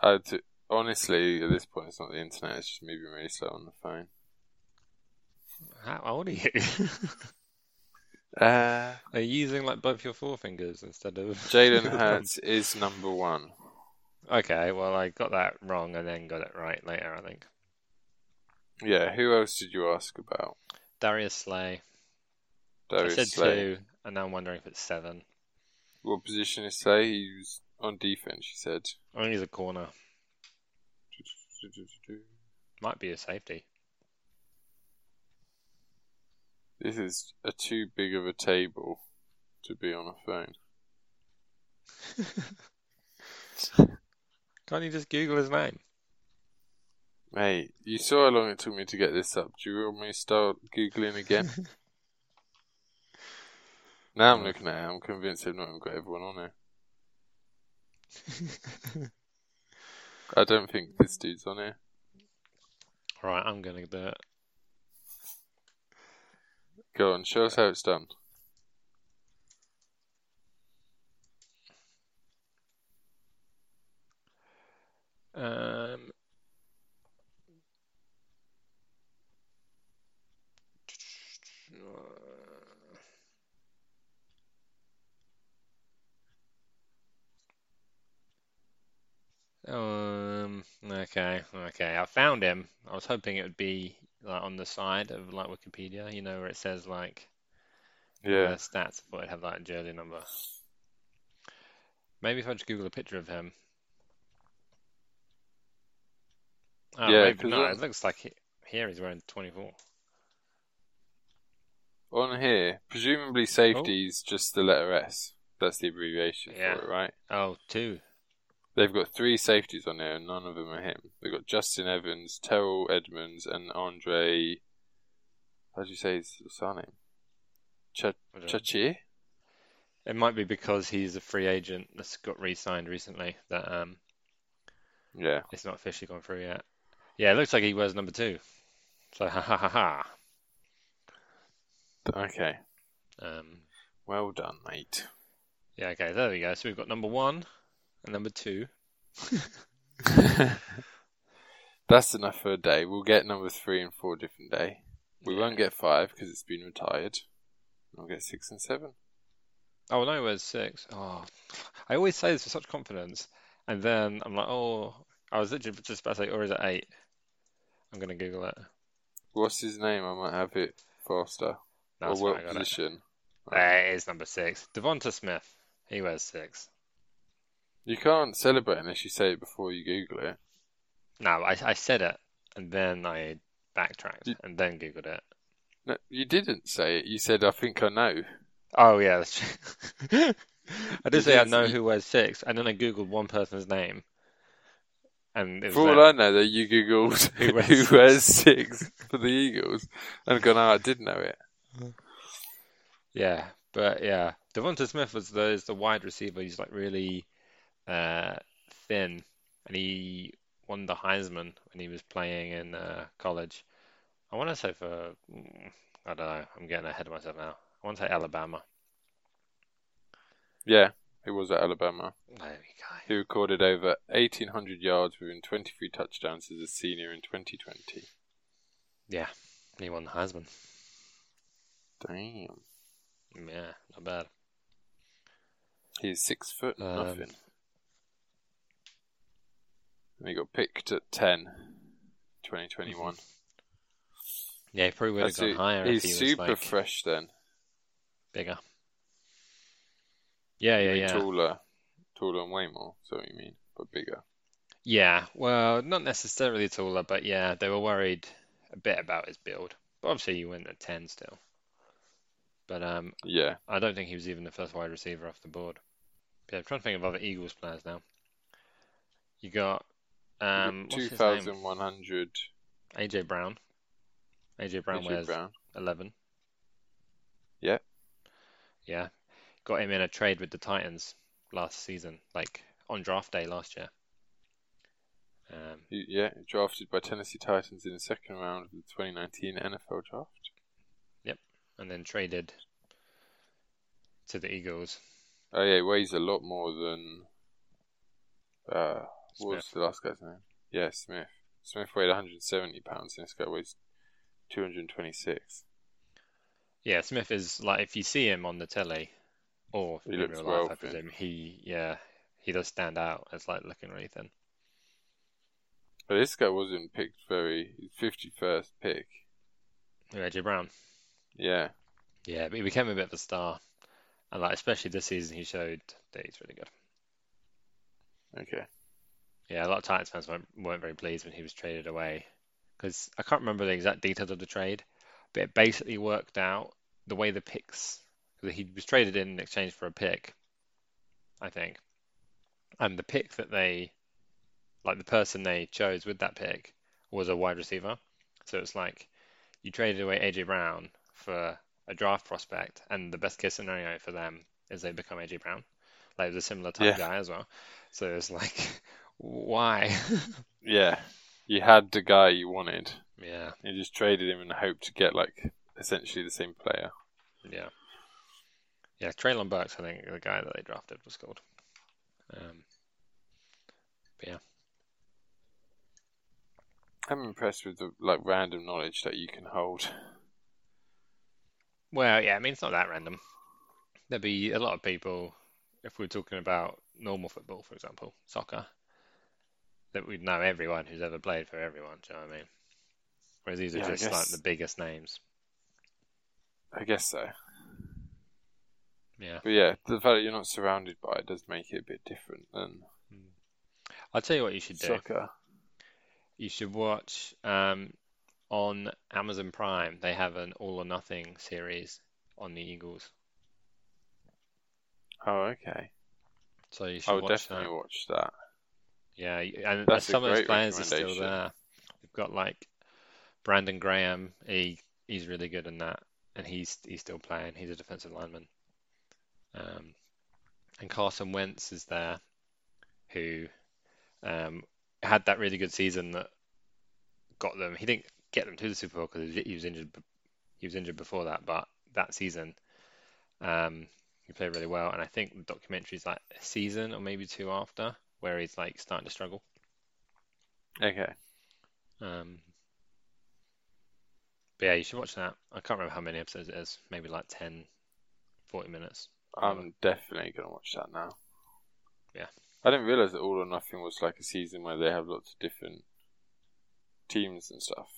S2: I d- Uh, honestly, at this point, it's not the internet. It's just me being really slow on the phone.
S1: How old are you? (laughs)
S2: Uh,
S1: Are you using like both your forefingers instead of (laughs)
S2: Jalen Hurts is number one.
S1: Okay, well, I got that wrong and then got it right later, I think.
S2: Yeah, who else did you ask about?
S1: Darius Slay. I
S2: Darius
S1: said
S2: Slay.
S1: two, and now I'm wondering if it's seven.
S2: What position is Slay? He was on defense. You said.
S1: I think he's a corner. Might be a
S2: (laughs)
S1: safety.
S2: This is a too big of a table to be on a phone.
S1: Can't you just Google his name? (laughs)
S2: Mate, you saw how long it took me to get this up. Do you want me to start googling again? now I'm looking at it. I'm convinced they've not even got everyone on there. I don't think this dude's on here.
S1: Right, I'm gonna do it.
S2: Go on, show us how it's done.
S1: Um, um. Okay. Okay. I found him. I was hoping it would be like on the side of like Wikipedia, you know, where it says like the
S2: Yeah.
S1: stats. I thought it'd have like a jersey number. Maybe if I just Google a picture of him. Oh,
S2: Yeah,
S1: maybe
S2: 'cause
S1: not.
S2: on-
S1: It looks like he, here he's wearing 24.
S2: On here, presumably safety's just the letter S. That's the abbreviation
S1: Yeah.
S2: for it, right?
S1: Oh, two.
S2: They've got three safeties on there and none of them are him. They've got Justin Evans, Terrell Edmonds, and Andre. How do you say his surname? Ch-
S1: I don't know.
S2: Chachi?
S1: It might be because he's a free agent that's got re-signed recently that um
S2: Yeah.
S1: it's not officially gone through yet. Yeah, it looks like he wears number two. So ha ha ha ha.
S2: Okay.
S1: Um,
S2: Well done, mate. (laughs)
S1: yeah, okay, there we go. So we've got number one and number two.
S2: That's enough for a day. We'll get number three and four different day. We won't get five because it's been retired. We'll get six and seven.
S1: Oh, no, where's six? Oh, I always say this with such confidence, and then I'm like, oh, I was literally just about to say, or is it eight? I'm gonna Google it.
S2: What's his name? I might have it faster.
S1: No, That's fine,
S2: or what
S1: I got it.
S2: position?
S1: There it is, number six. Devonta Smith. He wears six.
S2: You can't celebrate unless you say it before you Google it.
S1: No, I, I said it, and then I backtracked,
S2: Did-
S1: and then Googled it.
S2: No, you didn't say it. You said, I think I know.
S1: Oh yeah, that's true. (laughs) I did
S2: It
S1: say I
S2: is-
S1: know
S2: it-
S1: who wears six, and then I googled one person's name, and it was
S2: For all
S1: them.
S2: I know, that you Googled
S1: (laughs) Who wears
S2: (laughs) who
S1: six?
S2: wears six for the Eagles and gone, oh, I did know it.
S1: yeah, but yeah, Devonta Smith was the is the wide receiver. He's like really uh, thin, and he won the Heisman when he was playing in uh, college. I want to say for mm, I don't know. I'm getting ahead of myself now. I want to say Alabama.
S2: Yeah, it was at Alabama.
S1: There we
S2: He recorded over 1,800 yards within 23 touchdowns as a senior in 2020.
S1: go. Yeah, he won the Heisman.
S2: Damn.
S1: Yeah, not bad.
S2: He's six foot
S1: Um,
S2: nothing. And he got picked at 10, 2021.
S1: Yeah, he probably would have
S2: That's
S1: gone
S2: it.
S1: higher if
S2: He's
S1: he was
S2: super
S1: like
S2: fresh then.
S1: bigger. Yeah,
S2: I
S1: yeah,
S2: mean,
S1: yeah.
S2: Taller, taller and way more. So you mean, but bigger.
S1: Yeah, well, not necessarily taller, but yeah, they were worried a bit about his build. But obviously, he went at 10 still. But um,
S2: Yeah,
S1: I don't think he was even the first wide receiver off the board. But yeah, I'm trying to think of other Eagles players now. You got um, what's his name?
S2: 2,100.
S1: AJ Brown. AJ Brown
S2: Richard
S1: wears
S2: Brown.
S1: 11.
S2: Yeah.
S1: Yeah. Got him in a trade with the Titans last season, like on draft day last year. Um,
S2: He- Yeah, drafted by Tennessee Titans in the second round of the 2019 NFL draft.
S1: and then traded to the Eagles.
S2: Oh yeah, he weighs a lot more than. Uh, what was
S1: Smith.
S2: the last guy's name? Yeah, Smith. Smith weighed 170 pounds, and this guy weighs 226.
S1: Yeah, Smith is like if you see him on the telly or
S2: He
S1: in
S2: looks
S1: real life,
S2: well
S1: I
S2: thin.
S1: presume he yeah, he does stand out as like looking really thin.
S2: But this guy wasn't picked very. he's 51st pick.
S1: Who, AJ Brown.
S2: Yeah,
S1: Yeah, but he became a bit of a star. And like especially this season he showed that he's really good.
S2: okay.
S1: Yeah, a lot of Titans fans weren't, weren't very pleased when he was traded away because I can't remember the exact details of the trade, but it basically worked out the way the picks he was traded in exchange for a pick, I think, and the pick that they, like the person they chose with that pick, was a wide receiver. So it's like you traded away AJ Brown for a draft prospect, and the best case scenario for them is they become AJ Brown. Like it was a similar type
S2: Yeah.
S1: guy as well. So it's like. (laughs) Why? (laughs)
S2: Yeah, you had the guy you wanted.
S1: Yeah,
S2: You just traded him and hoped to get like essentially the same player.
S1: yeah, yeah. Traylon Burks, I think the guy that they drafted was called. Um,
S2: I'm impressed with the like random knowledge that you can hold.
S1: well, yeah, I mean it's not that random. There'd be a lot of people if we were talking about normal football, for example, soccer, that we'd know everyone who's ever played for everyone. Do you know what I mean? Whereas these are
S2: Yeah, I
S1: just like
S2: guess.
S1: the biggest names.
S2: I guess so.
S1: Yeah,
S2: But yeah, the fact that you're not surrounded by it does make it a bit different than
S1: I'll tell you what you should do.
S2: soccer.
S1: You should watch um, on Amazon Prime. They have an All or Nothing series on the Eagles.
S2: Oh, okay.
S1: So you should
S2: I would
S1: watch
S2: definitely
S1: that.
S2: watch that.
S1: Yeah, y- and
S2: That's a
S1: some of those
S2: great
S1: players are still
S2: recommendation.
S1: there. We've got like Brandon Graham. He he's really good in that, and he's he's still playing. He's a defensive lineman. Um, and Carson Wentz is there, who um, had that really good season that got them. He didn't get them to the Super Bowl because he was injured. b- He was injured before that, but that season, um, he played really well. And I think the documentary's like a season or maybe two after where he's like starting to struggle.
S2: Okay.
S1: Um, but yeah, you should watch that. I can't remember how many episodes it is. Maybe like 10, 40 minutes.
S2: I'm definitely gonna watch that now.
S1: Yeah.
S2: I didn't realize that All or Nothing was like a season where they have lots of different teams and stuff.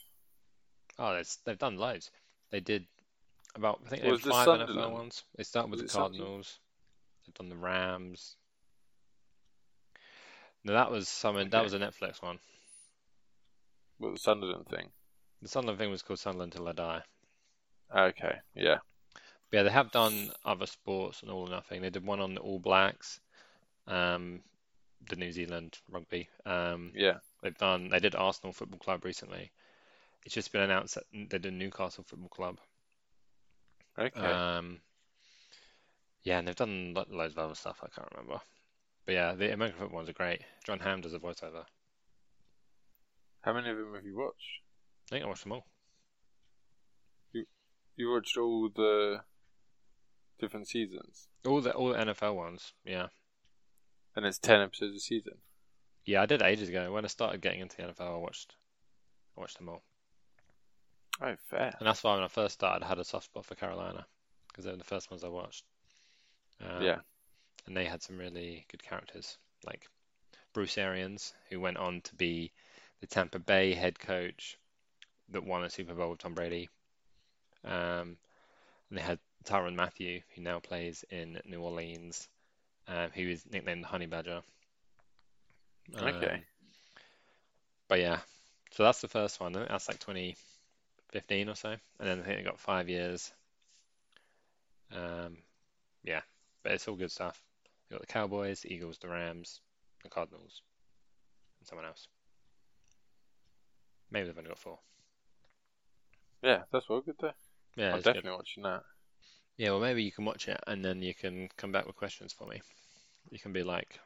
S1: Oh, there's, they've done loads. They did about I think
S2: Was
S1: they
S2: the
S1: had five NFL
S2: Sunderland-
S1: ones. They started with
S2: was
S1: the
S2: it Sunderland?
S1: Cardinals. They've done the Rams. No, that was some. That
S2: Okay.
S1: was a Netflix one.
S2: Well, the Sunderland thing.
S1: The Sunderland thing was called Sunderland Till I Die.
S2: Okay, yeah.
S1: But yeah, they have done other sports and all or nothing. They did one on the All Blacks, um, the New Zealand rugby. Um,
S2: Yeah.
S1: they've done. They did Arsenal Football Club recently. It's just been announced that they did Newcastle Football Club.
S2: Okay.
S1: Um, yeah, and they've done lo- loads of other stuff. I can't remember. But yeah, the American football ones are great. John Hamm does a voiceover. I
S2: How many of them have you watched?
S1: think I watched them all.
S2: You watched all the different seasons,
S1: All the all the NFL ones. Yeah,
S2: and it's ten episodes a season.
S1: yeah, I did ages ago. When I started getting into the NFL, I watched, I watched them all.
S2: Oh, fair.
S1: And that's why when I first started, I had a soft spot for Carolina because they were the first ones I watched. Um,
S2: Yeah.
S1: And they had some really good characters, like Bruce Arians, who went on to be the Tampa Bay head coach that won a Super Bowl with Tom Brady. Um, and they had Tyron Matthew, who now plays in New Orleans, um, who is nicknamed the Honey Badger. Um,
S2: Okay.
S1: but yeah, so that's the first one. I think That's like 2015 or so, and then I think they got five years. Um, yeah, but it's all good stuff. You got the Cowboys, the Eagles, the Rams, the Cardinals, and someone else. Maybe they've only got four.
S2: Yeah, that's well good though.
S1: Yeah,
S2: I'm
S1: it's good.
S2: definitely watching that.
S1: Yeah, well, maybe you can watch it and then you can come back with questions for me. You can be like,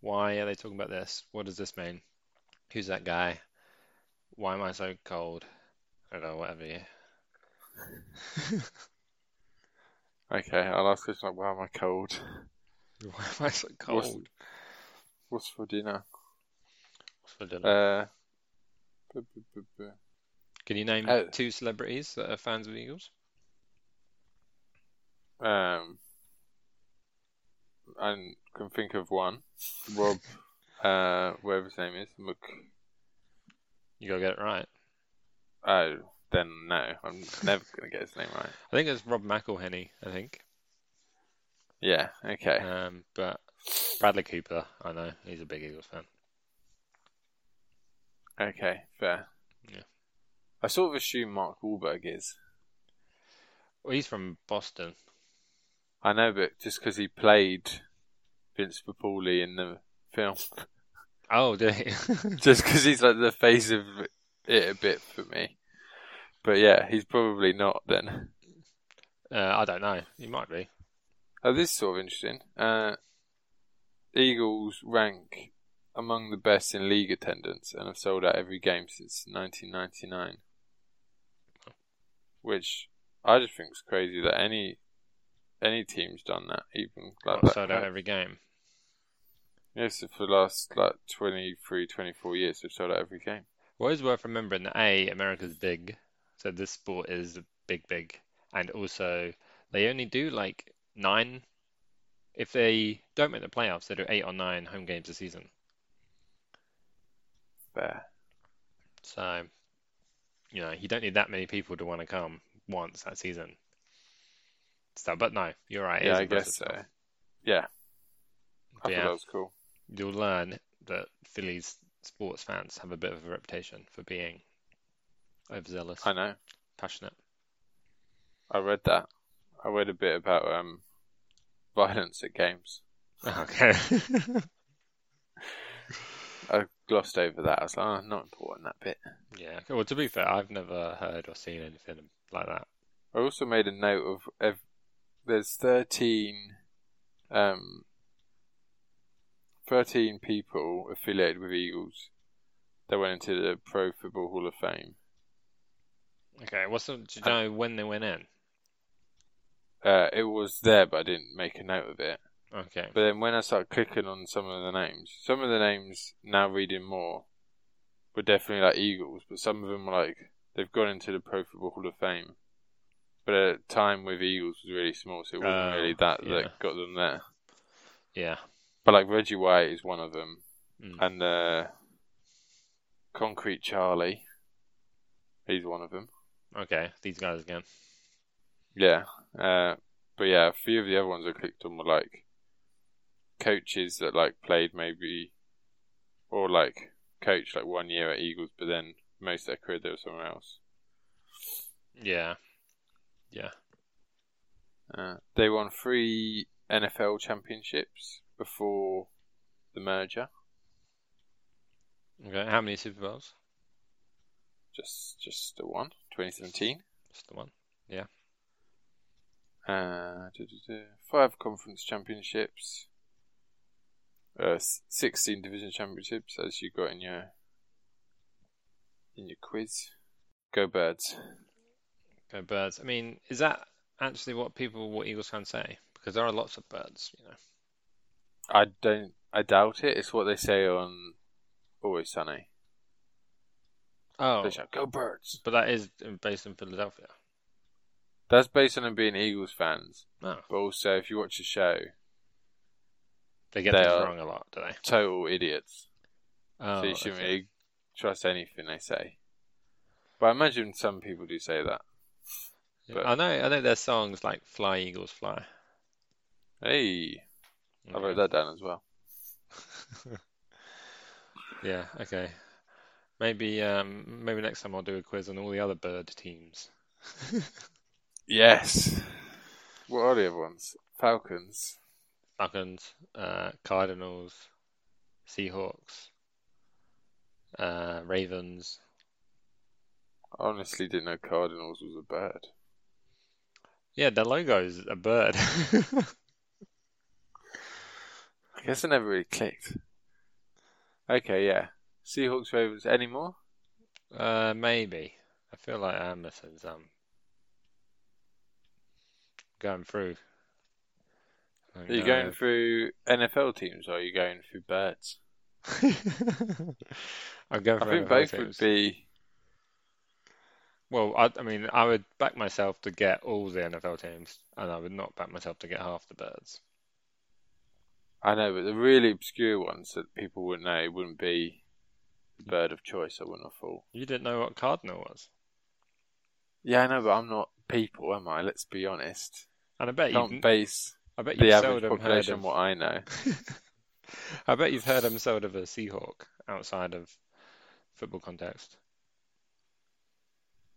S1: why are they talking about this? What does this mean? Who's that guy? Why am I so cold? I don't know, whatever
S2: (laughs)
S1: you.
S2: Okay, I'll ask this like, why am I cold? (laughs)
S1: Why am I so
S2: What's-
S1: cold?
S2: What's for dinner?
S1: What's for dinner?
S2: Uh, bu- bu- bu- bu-
S1: Can you name
S2: oh.
S1: two celebrities that are fans of the Eagles?
S2: um, I can think of one. Rob, (laughs) uh, whatever his name is. Mc.
S1: You gotta get it right.
S2: Oh, then no, I'm never gonna get his name right.
S1: I think it's Rob McElhenney, I think.
S2: Yeah. Okay.
S1: Um, but Bradley Cooper, I know, he's a big Eagles fan.
S2: Okay. Fair.
S1: Yeah.
S2: I sort of assume Mark Wahlberg is.
S1: Well, he's from Boston.
S2: I know, but just because he played Vince Papali in the film, (laughs)
S1: Oh, did he? (laughs)
S2: just because he's like the face of it a bit for me. But yeah, he's probably not then.
S1: Uh, I don't know. He might be.
S2: Oh, this is sort of interesting. Uh, Eagles rank among the best in league attendance and have sold out every game since 1999. Which I just think is crazy that any any team's done that, even like
S1: Not
S2: that.
S1: sold out every game.
S2: Yes, for the last like 23, 24 years, they've sold out every game.
S1: What is worth remembering that A, America's big, so this sport is big, big, and also they only do like nine. If they don't make the playoffs, they do eight or nine home games a season.
S2: There.
S1: So, you know, you don't need that many people to want to come once that season. So, but no, you're right. it
S2: yeah,
S1: is
S2: I
S1: impressive
S2: guess so.
S1: stuff.
S2: Yeah, I
S1: But
S2: thought that
S1: yeah,
S2: was cool.
S1: you'll learn that Phillies sports fans have a bit of a reputation for being overzealous,
S2: I know.
S1: passionate.
S2: I read that. I read a bit about um, violence at games.
S1: Okay.
S2: I glossed over that. I was like, oh, not important that bit.
S1: Yeah. okay, Well, to be fair, I've never heard or seen anything like that.
S2: I also made a note of ev- there's 13, um, 13 people affiliated with Eagles that went into the Pro Football Hall of Fame.
S1: Okay. What's the, do you know when they went in?
S2: Uh, it was there, but I didn't make a note of it.
S1: Okay.
S2: But then when I started clicking on some of the names, some of the names now reading more were definitely like Eagles, but some of them were like they've gone into the Pro Football Hall of Fame but uh, time with Eagles was really small, so it wasn't
S1: Oh,
S2: really that
S1: yeah.
S2: that got them there.
S1: Yeah.
S2: But like Reggie White is one of them,
S1: Mm.
S2: and uh, Concrete Charlie, he's one of them.
S1: Okay, these guys again.
S2: Yeah, uh, but yeah, a few of the other ones I clicked on were like coaches that like played maybe, or like coached like one year at Eagles, but then most of their career they were somewhere else.
S1: Yeah. Yeah.
S2: Uh, they won three NFL championships before the merger.
S1: Okay, how many Super Bowls?
S2: Just just the one, 2017.
S1: Just the one.
S2: Uh, du-du-du. five conference championships. Uh, s- 16 division championships, as you got in your in your quiz. Go birds.
S1: Go birds. I mean, is that actually what people, what Eagles fans say? Because there are lots of birds, you know.
S2: I don't. I doubt it. It's what they say on Always Sunny.
S1: Oh,
S2: They shout, "Go birds."
S1: but that is based in Philadelphia.
S2: That's based on them being Eagles fans.
S1: No,
S2: But also, if you watch the show,
S1: they get
S2: They
S1: this
S2: are-
S1: wrong a lot, do they?
S2: total idiots.
S1: Oh,
S2: so you shouldn't
S1: okay.
S2: really trust anything they say. But I imagine some people do say that.
S1: Yeah,
S2: but-
S1: I know. I know their songs like "Fly Eagles Fly."
S2: Hey, I wrote
S1: Okay.
S2: that down as well.
S1: Yeah. Okay. Maybe um maybe next time I'll do a quiz on all the other bird teams. (laughs)
S2: Yes. What are the other ones? Falcons.
S1: Falcons, uh, Cardinals, Seahawks, uh, Ravens.
S2: I honestly didn't know Cardinals was a bird.
S1: Yeah, their logo is a bird. (laughs)
S2: I guess I never really clicked. Okay, yeah. Seahawks, Ravens, any more?
S1: Uh, maybe. I feel like I'm missing some. Going through. I
S2: Are you
S1: know.
S2: going through NFL teams or are you going through birds?
S1: (laughs) I'm going
S2: I
S1: through
S2: think
S1: NFL
S2: both would
S1: teams.
S2: be.
S1: Well, I, I mean, I would back myself to get all the NFL teams, and I would not back myself to get half the birds.
S2: I know, but the really obscure ones that people wouldn't know wouldn't be bird of choice, I wouldn't have thought.
S1: You didn't know what cardinal was,
S2: Yeah, I know, but I'm not people, am I? Let's be honest.
S1: and I bet you,
S2: Can't base
S1: I bet
S2: the
S1: you've
S2: average
S1: seldom heard
S2: population on
S1: of.
S2: what I know.
S1: (laughs) I bet you've heard him sort of a Seahawk outside of football context.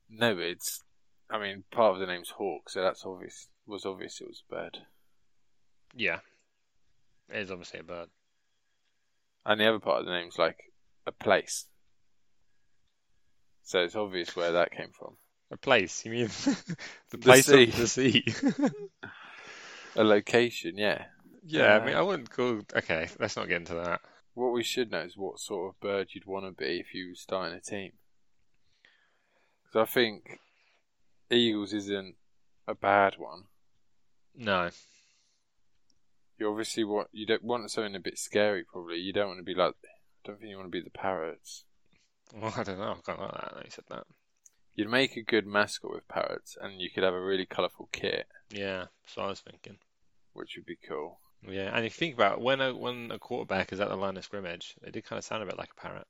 S2: No, but it's. I mean, part of the name's hawk, so that's obvious. Was obvious it was a bird.
S1: Yeah, it is obviously a bird.
S2: And the other part of the name's like a place. So it's obvious where that came from.
S1: A place, you mean (laughs) the place
S2: sea.
S1: of the sea? (laughs)
S2: A location, yeah.
S1: yeah, I
S2: Yeah.
S1: mean, I wouldn't call. Okay, let's not get into that.
S2: What we should know is what sort of bird you'd want to be if you were starting a team. Because I think eagles isn't a bad one.
S1: No, (laughs)
S2: You obviously want you don't want something a bit scary. Probably you don't want to be like. I don't think you want to be the parrots.
S1: well, I don't know. I can't like that. that You said that.
S2: You'd make a good mascot with parrots, and you could have a really colourful kit,
S1: Yeah, so I was thinking.
S2: which would be
S1: (laughs)
S2: cool.
S1: Yeah, and if you think about it, when a when a quarterback is at the line of scrimmage, it did kind of sound a bit like a parrot.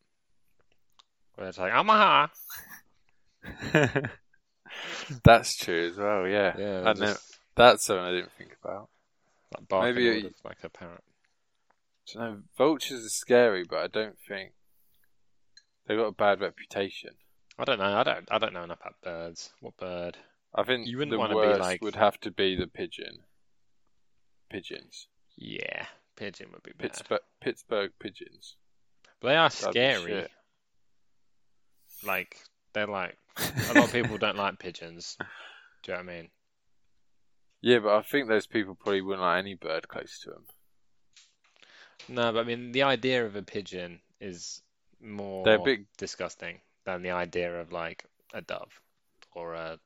S1: Where it's like, Amaha!
S2: that's true as well. Yeah,
S1: Yeah,
S2: I
S1: they're
S2: know,
S1: just
S2: that's something I didn't think about.
S1: like barking
S2: Maybe
S1: orders
S2: you-
S1: like a parrot.
S2: So no, vultures are scary, but I don't think they've got a bad reputation.
S1: I don't know. I don't. I don't know enough about birds. What bird?
S2: I think
S1: You wouldn't
S2: the
S1: wanna be
S2: worst
S1: like-
S2: would have to be the pigeon. Pigeons,
S1: Yeah, pigeon would be bad.
S2: Pittsburgh, Pittsburgh pigeons.
S1: But they are
S2: That'd be
S1: scary.
S2: shit.
S1: Like they're like (laughs) a lot of people don't like pigeons. Do you know what I mean?
S2: Yeah, but I think those people probably wouldn't like any bird close to them.
S1: No, but I mean the idea of a pigeon is more
S2: They're big.
S1: disgusting than the idea of like a dove or a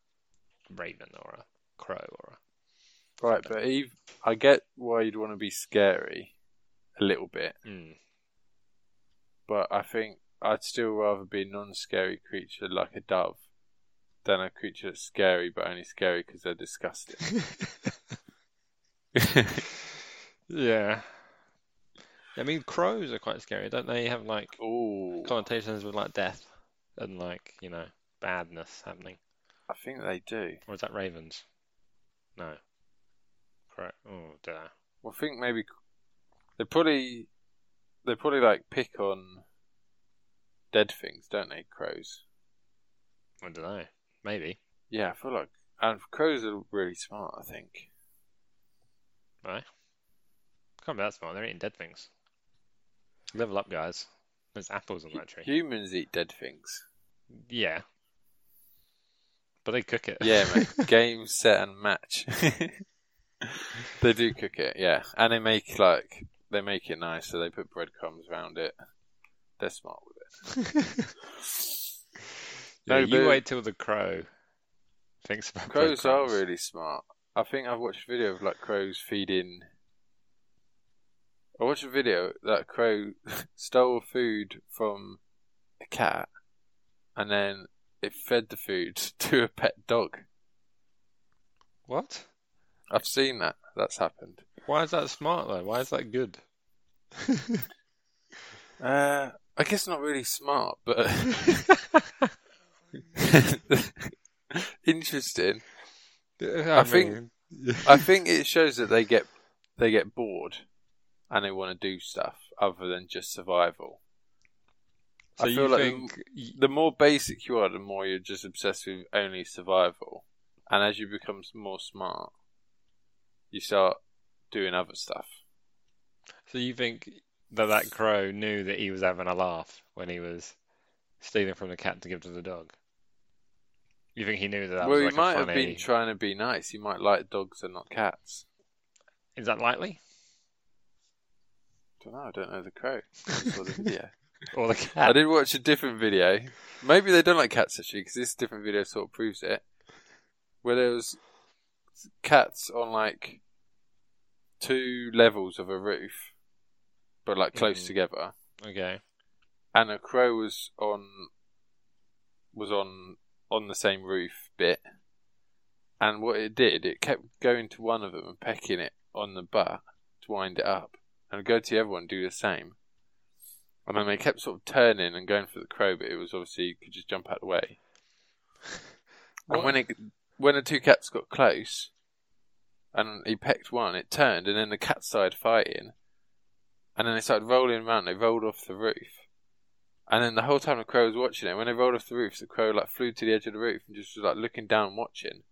S1: raven or a crow or a
S2: Right, but Eve, I get why you'd want to be scary a little bit,
S1: Mm.
S2: but I think I'd still rather be a non scary creature like a dove than a creature that's scary, but only scary because they're disgusting.
S1: (laughs) hmm.
S2: (laughs)
S1: yeah. I mean, crows are quite scary, don't they? Have like
S2: Ooh,
S1: connotations with like death and like you know badness happening.
S2: I think they do.
S1: Or is that ravens? No. Correct. Oh, don't know.
S2: Well, I think maybe they probably they probably like pick on dead things, don't they? Crows.
S1: I don't know. Maybe.
S2: Yeah, I feel like and crows are really smart. I think.
S1: Can't be that smart. They're eating dead things. Level up, guys. There's apples on that tree.
S2: Humans eat dead things.
S1: Yeah. But they cook it.
S2: Yeah,
S1: (laughs)
S2: mate. Game, set, and match. (laughs) they do cook it, yeah. And they make like they make it nice, so they put breadcrumbs around it. They're smart with it.
S1: Yeah,
S2: No,
S1: you
S2: but-
S1: wait till the crow thinks about
S2: Crows are
S1: breadcrumbs.
S2: really smart. I think I've watched a video of like crows feeding. I watched a video that a crow (laughs) stole food from a cat, and then it fed the food (laughs) to a pet dog.
S1: What?
S2: I've seen that. That's happened.
S1: Why is that smart though? Why is that (laughs) good?
S2: Uh, I guess not really smart, but (laughs) (laughs) interesting.
S1: I,
S2: think-
S1: mean,
S2: I think it shows that they get they get bored and they want to do stuff other than just survival.
S1: so
S2: I
S1: you
S2: feel like-
S1: think y-
S2: The more basic you are, the more you're just obsessed with only survival. And as you become more smart, you start doing other stuff.
S1: so you think that that crow knew that he was having a laugh when he was stealing from the cat to give to the dog? You think he knew that that was
S2: well, he
S1: like
S2: might
S1: a
S2: have
S1: funny...
S2: been trying to be nice. He might like dogs and not cats.
S1: Is that likely?
S2: don't know. I don't know the crow. I just saw the video.
S1: Or
S2: (laughs)
S1: the
S2: I
S1: cat?
S2: did watch a different video. Maybe they don't like cats actually, because this different video sort of proves it. Where there was cats on like two levels of a roof, but like close
S1: Mhm.
S2: together, (laughs)
S1: Okay.
S2: and a crow was on was on on the same roof bit. And what it did, it kept going to one of them and pecking it on the butt to wind it up, and it'd go to the other one and do the same. And then they kept sort of turning and going for the crow, but it was obviously you could just jump out of the way.
S1: What?
S2: And when it when the two cats got close, and he pecked one, it turned, and then the cat started fighting, and then they started rolling around. They rolled off the roof, and then the whole time the crow was watching it. When they rolled off the roof, the crow like flew to the edge of the roof and just was like looking down, watching.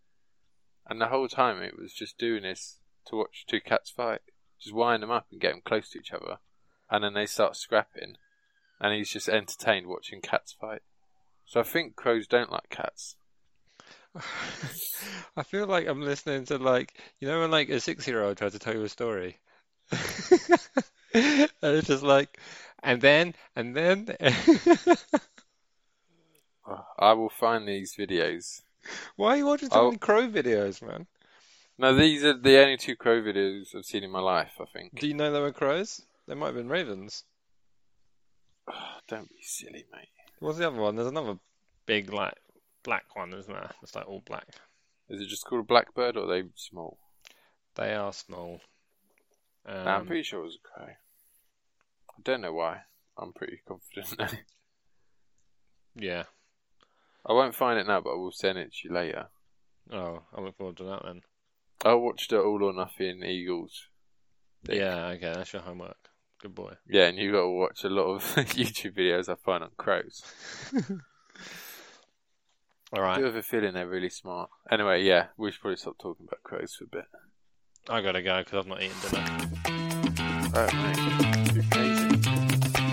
S2: And the whole time it was just doing this to watch two cats fight, just wind them up and get them close to each other, and then they start scrapping, and he's just entertained watching cats fight. So I think crows don't like cats.
S1: I feel like I'm listening to like you know when like a six year old tries to tell you a story. (laughs) And it's just like and then and then (laughs)
S2: Oh, I will find these videos.
S1: why are you watching so
S2: Oh.
S1: many crow videos, man?
S2: No, these are the only two crow videos I've seen in my life. I think. (sighs)
S1: Do you know they were crows? They might have been ravens.
S2: Oh, don't be silly, mate.
S1: What's the other one? There's another big like black one, isn't there? It's like all black.
S2: Is it just called a blackbird or are they small?
S1: They are small.
S2: No, I'm
S1: Um,
S2: pretty sure it was a crow. I don't know why. I'm pretty confident. (laughs) now.
S1: yeah.
S2: I won't find it now, but I will send it to you later.
S1: Oh, I look forward to that then.
S2: I watched the All or Nothing Eagles. thing.
S1: Yeah, okay, that's your homework. Good boy.
S2: Yeah, and you got to watch a lot of (laughs) YouTube videos I find on crows.
S1: All
S2: I
S1: right.
S2: do have a feeling they're really smart. Anyway, yeah, we should probably stop talking about crows for a bit.
S1: I gotta go because I've not eaten dinner.
S2: Alright, mate. You're crazy.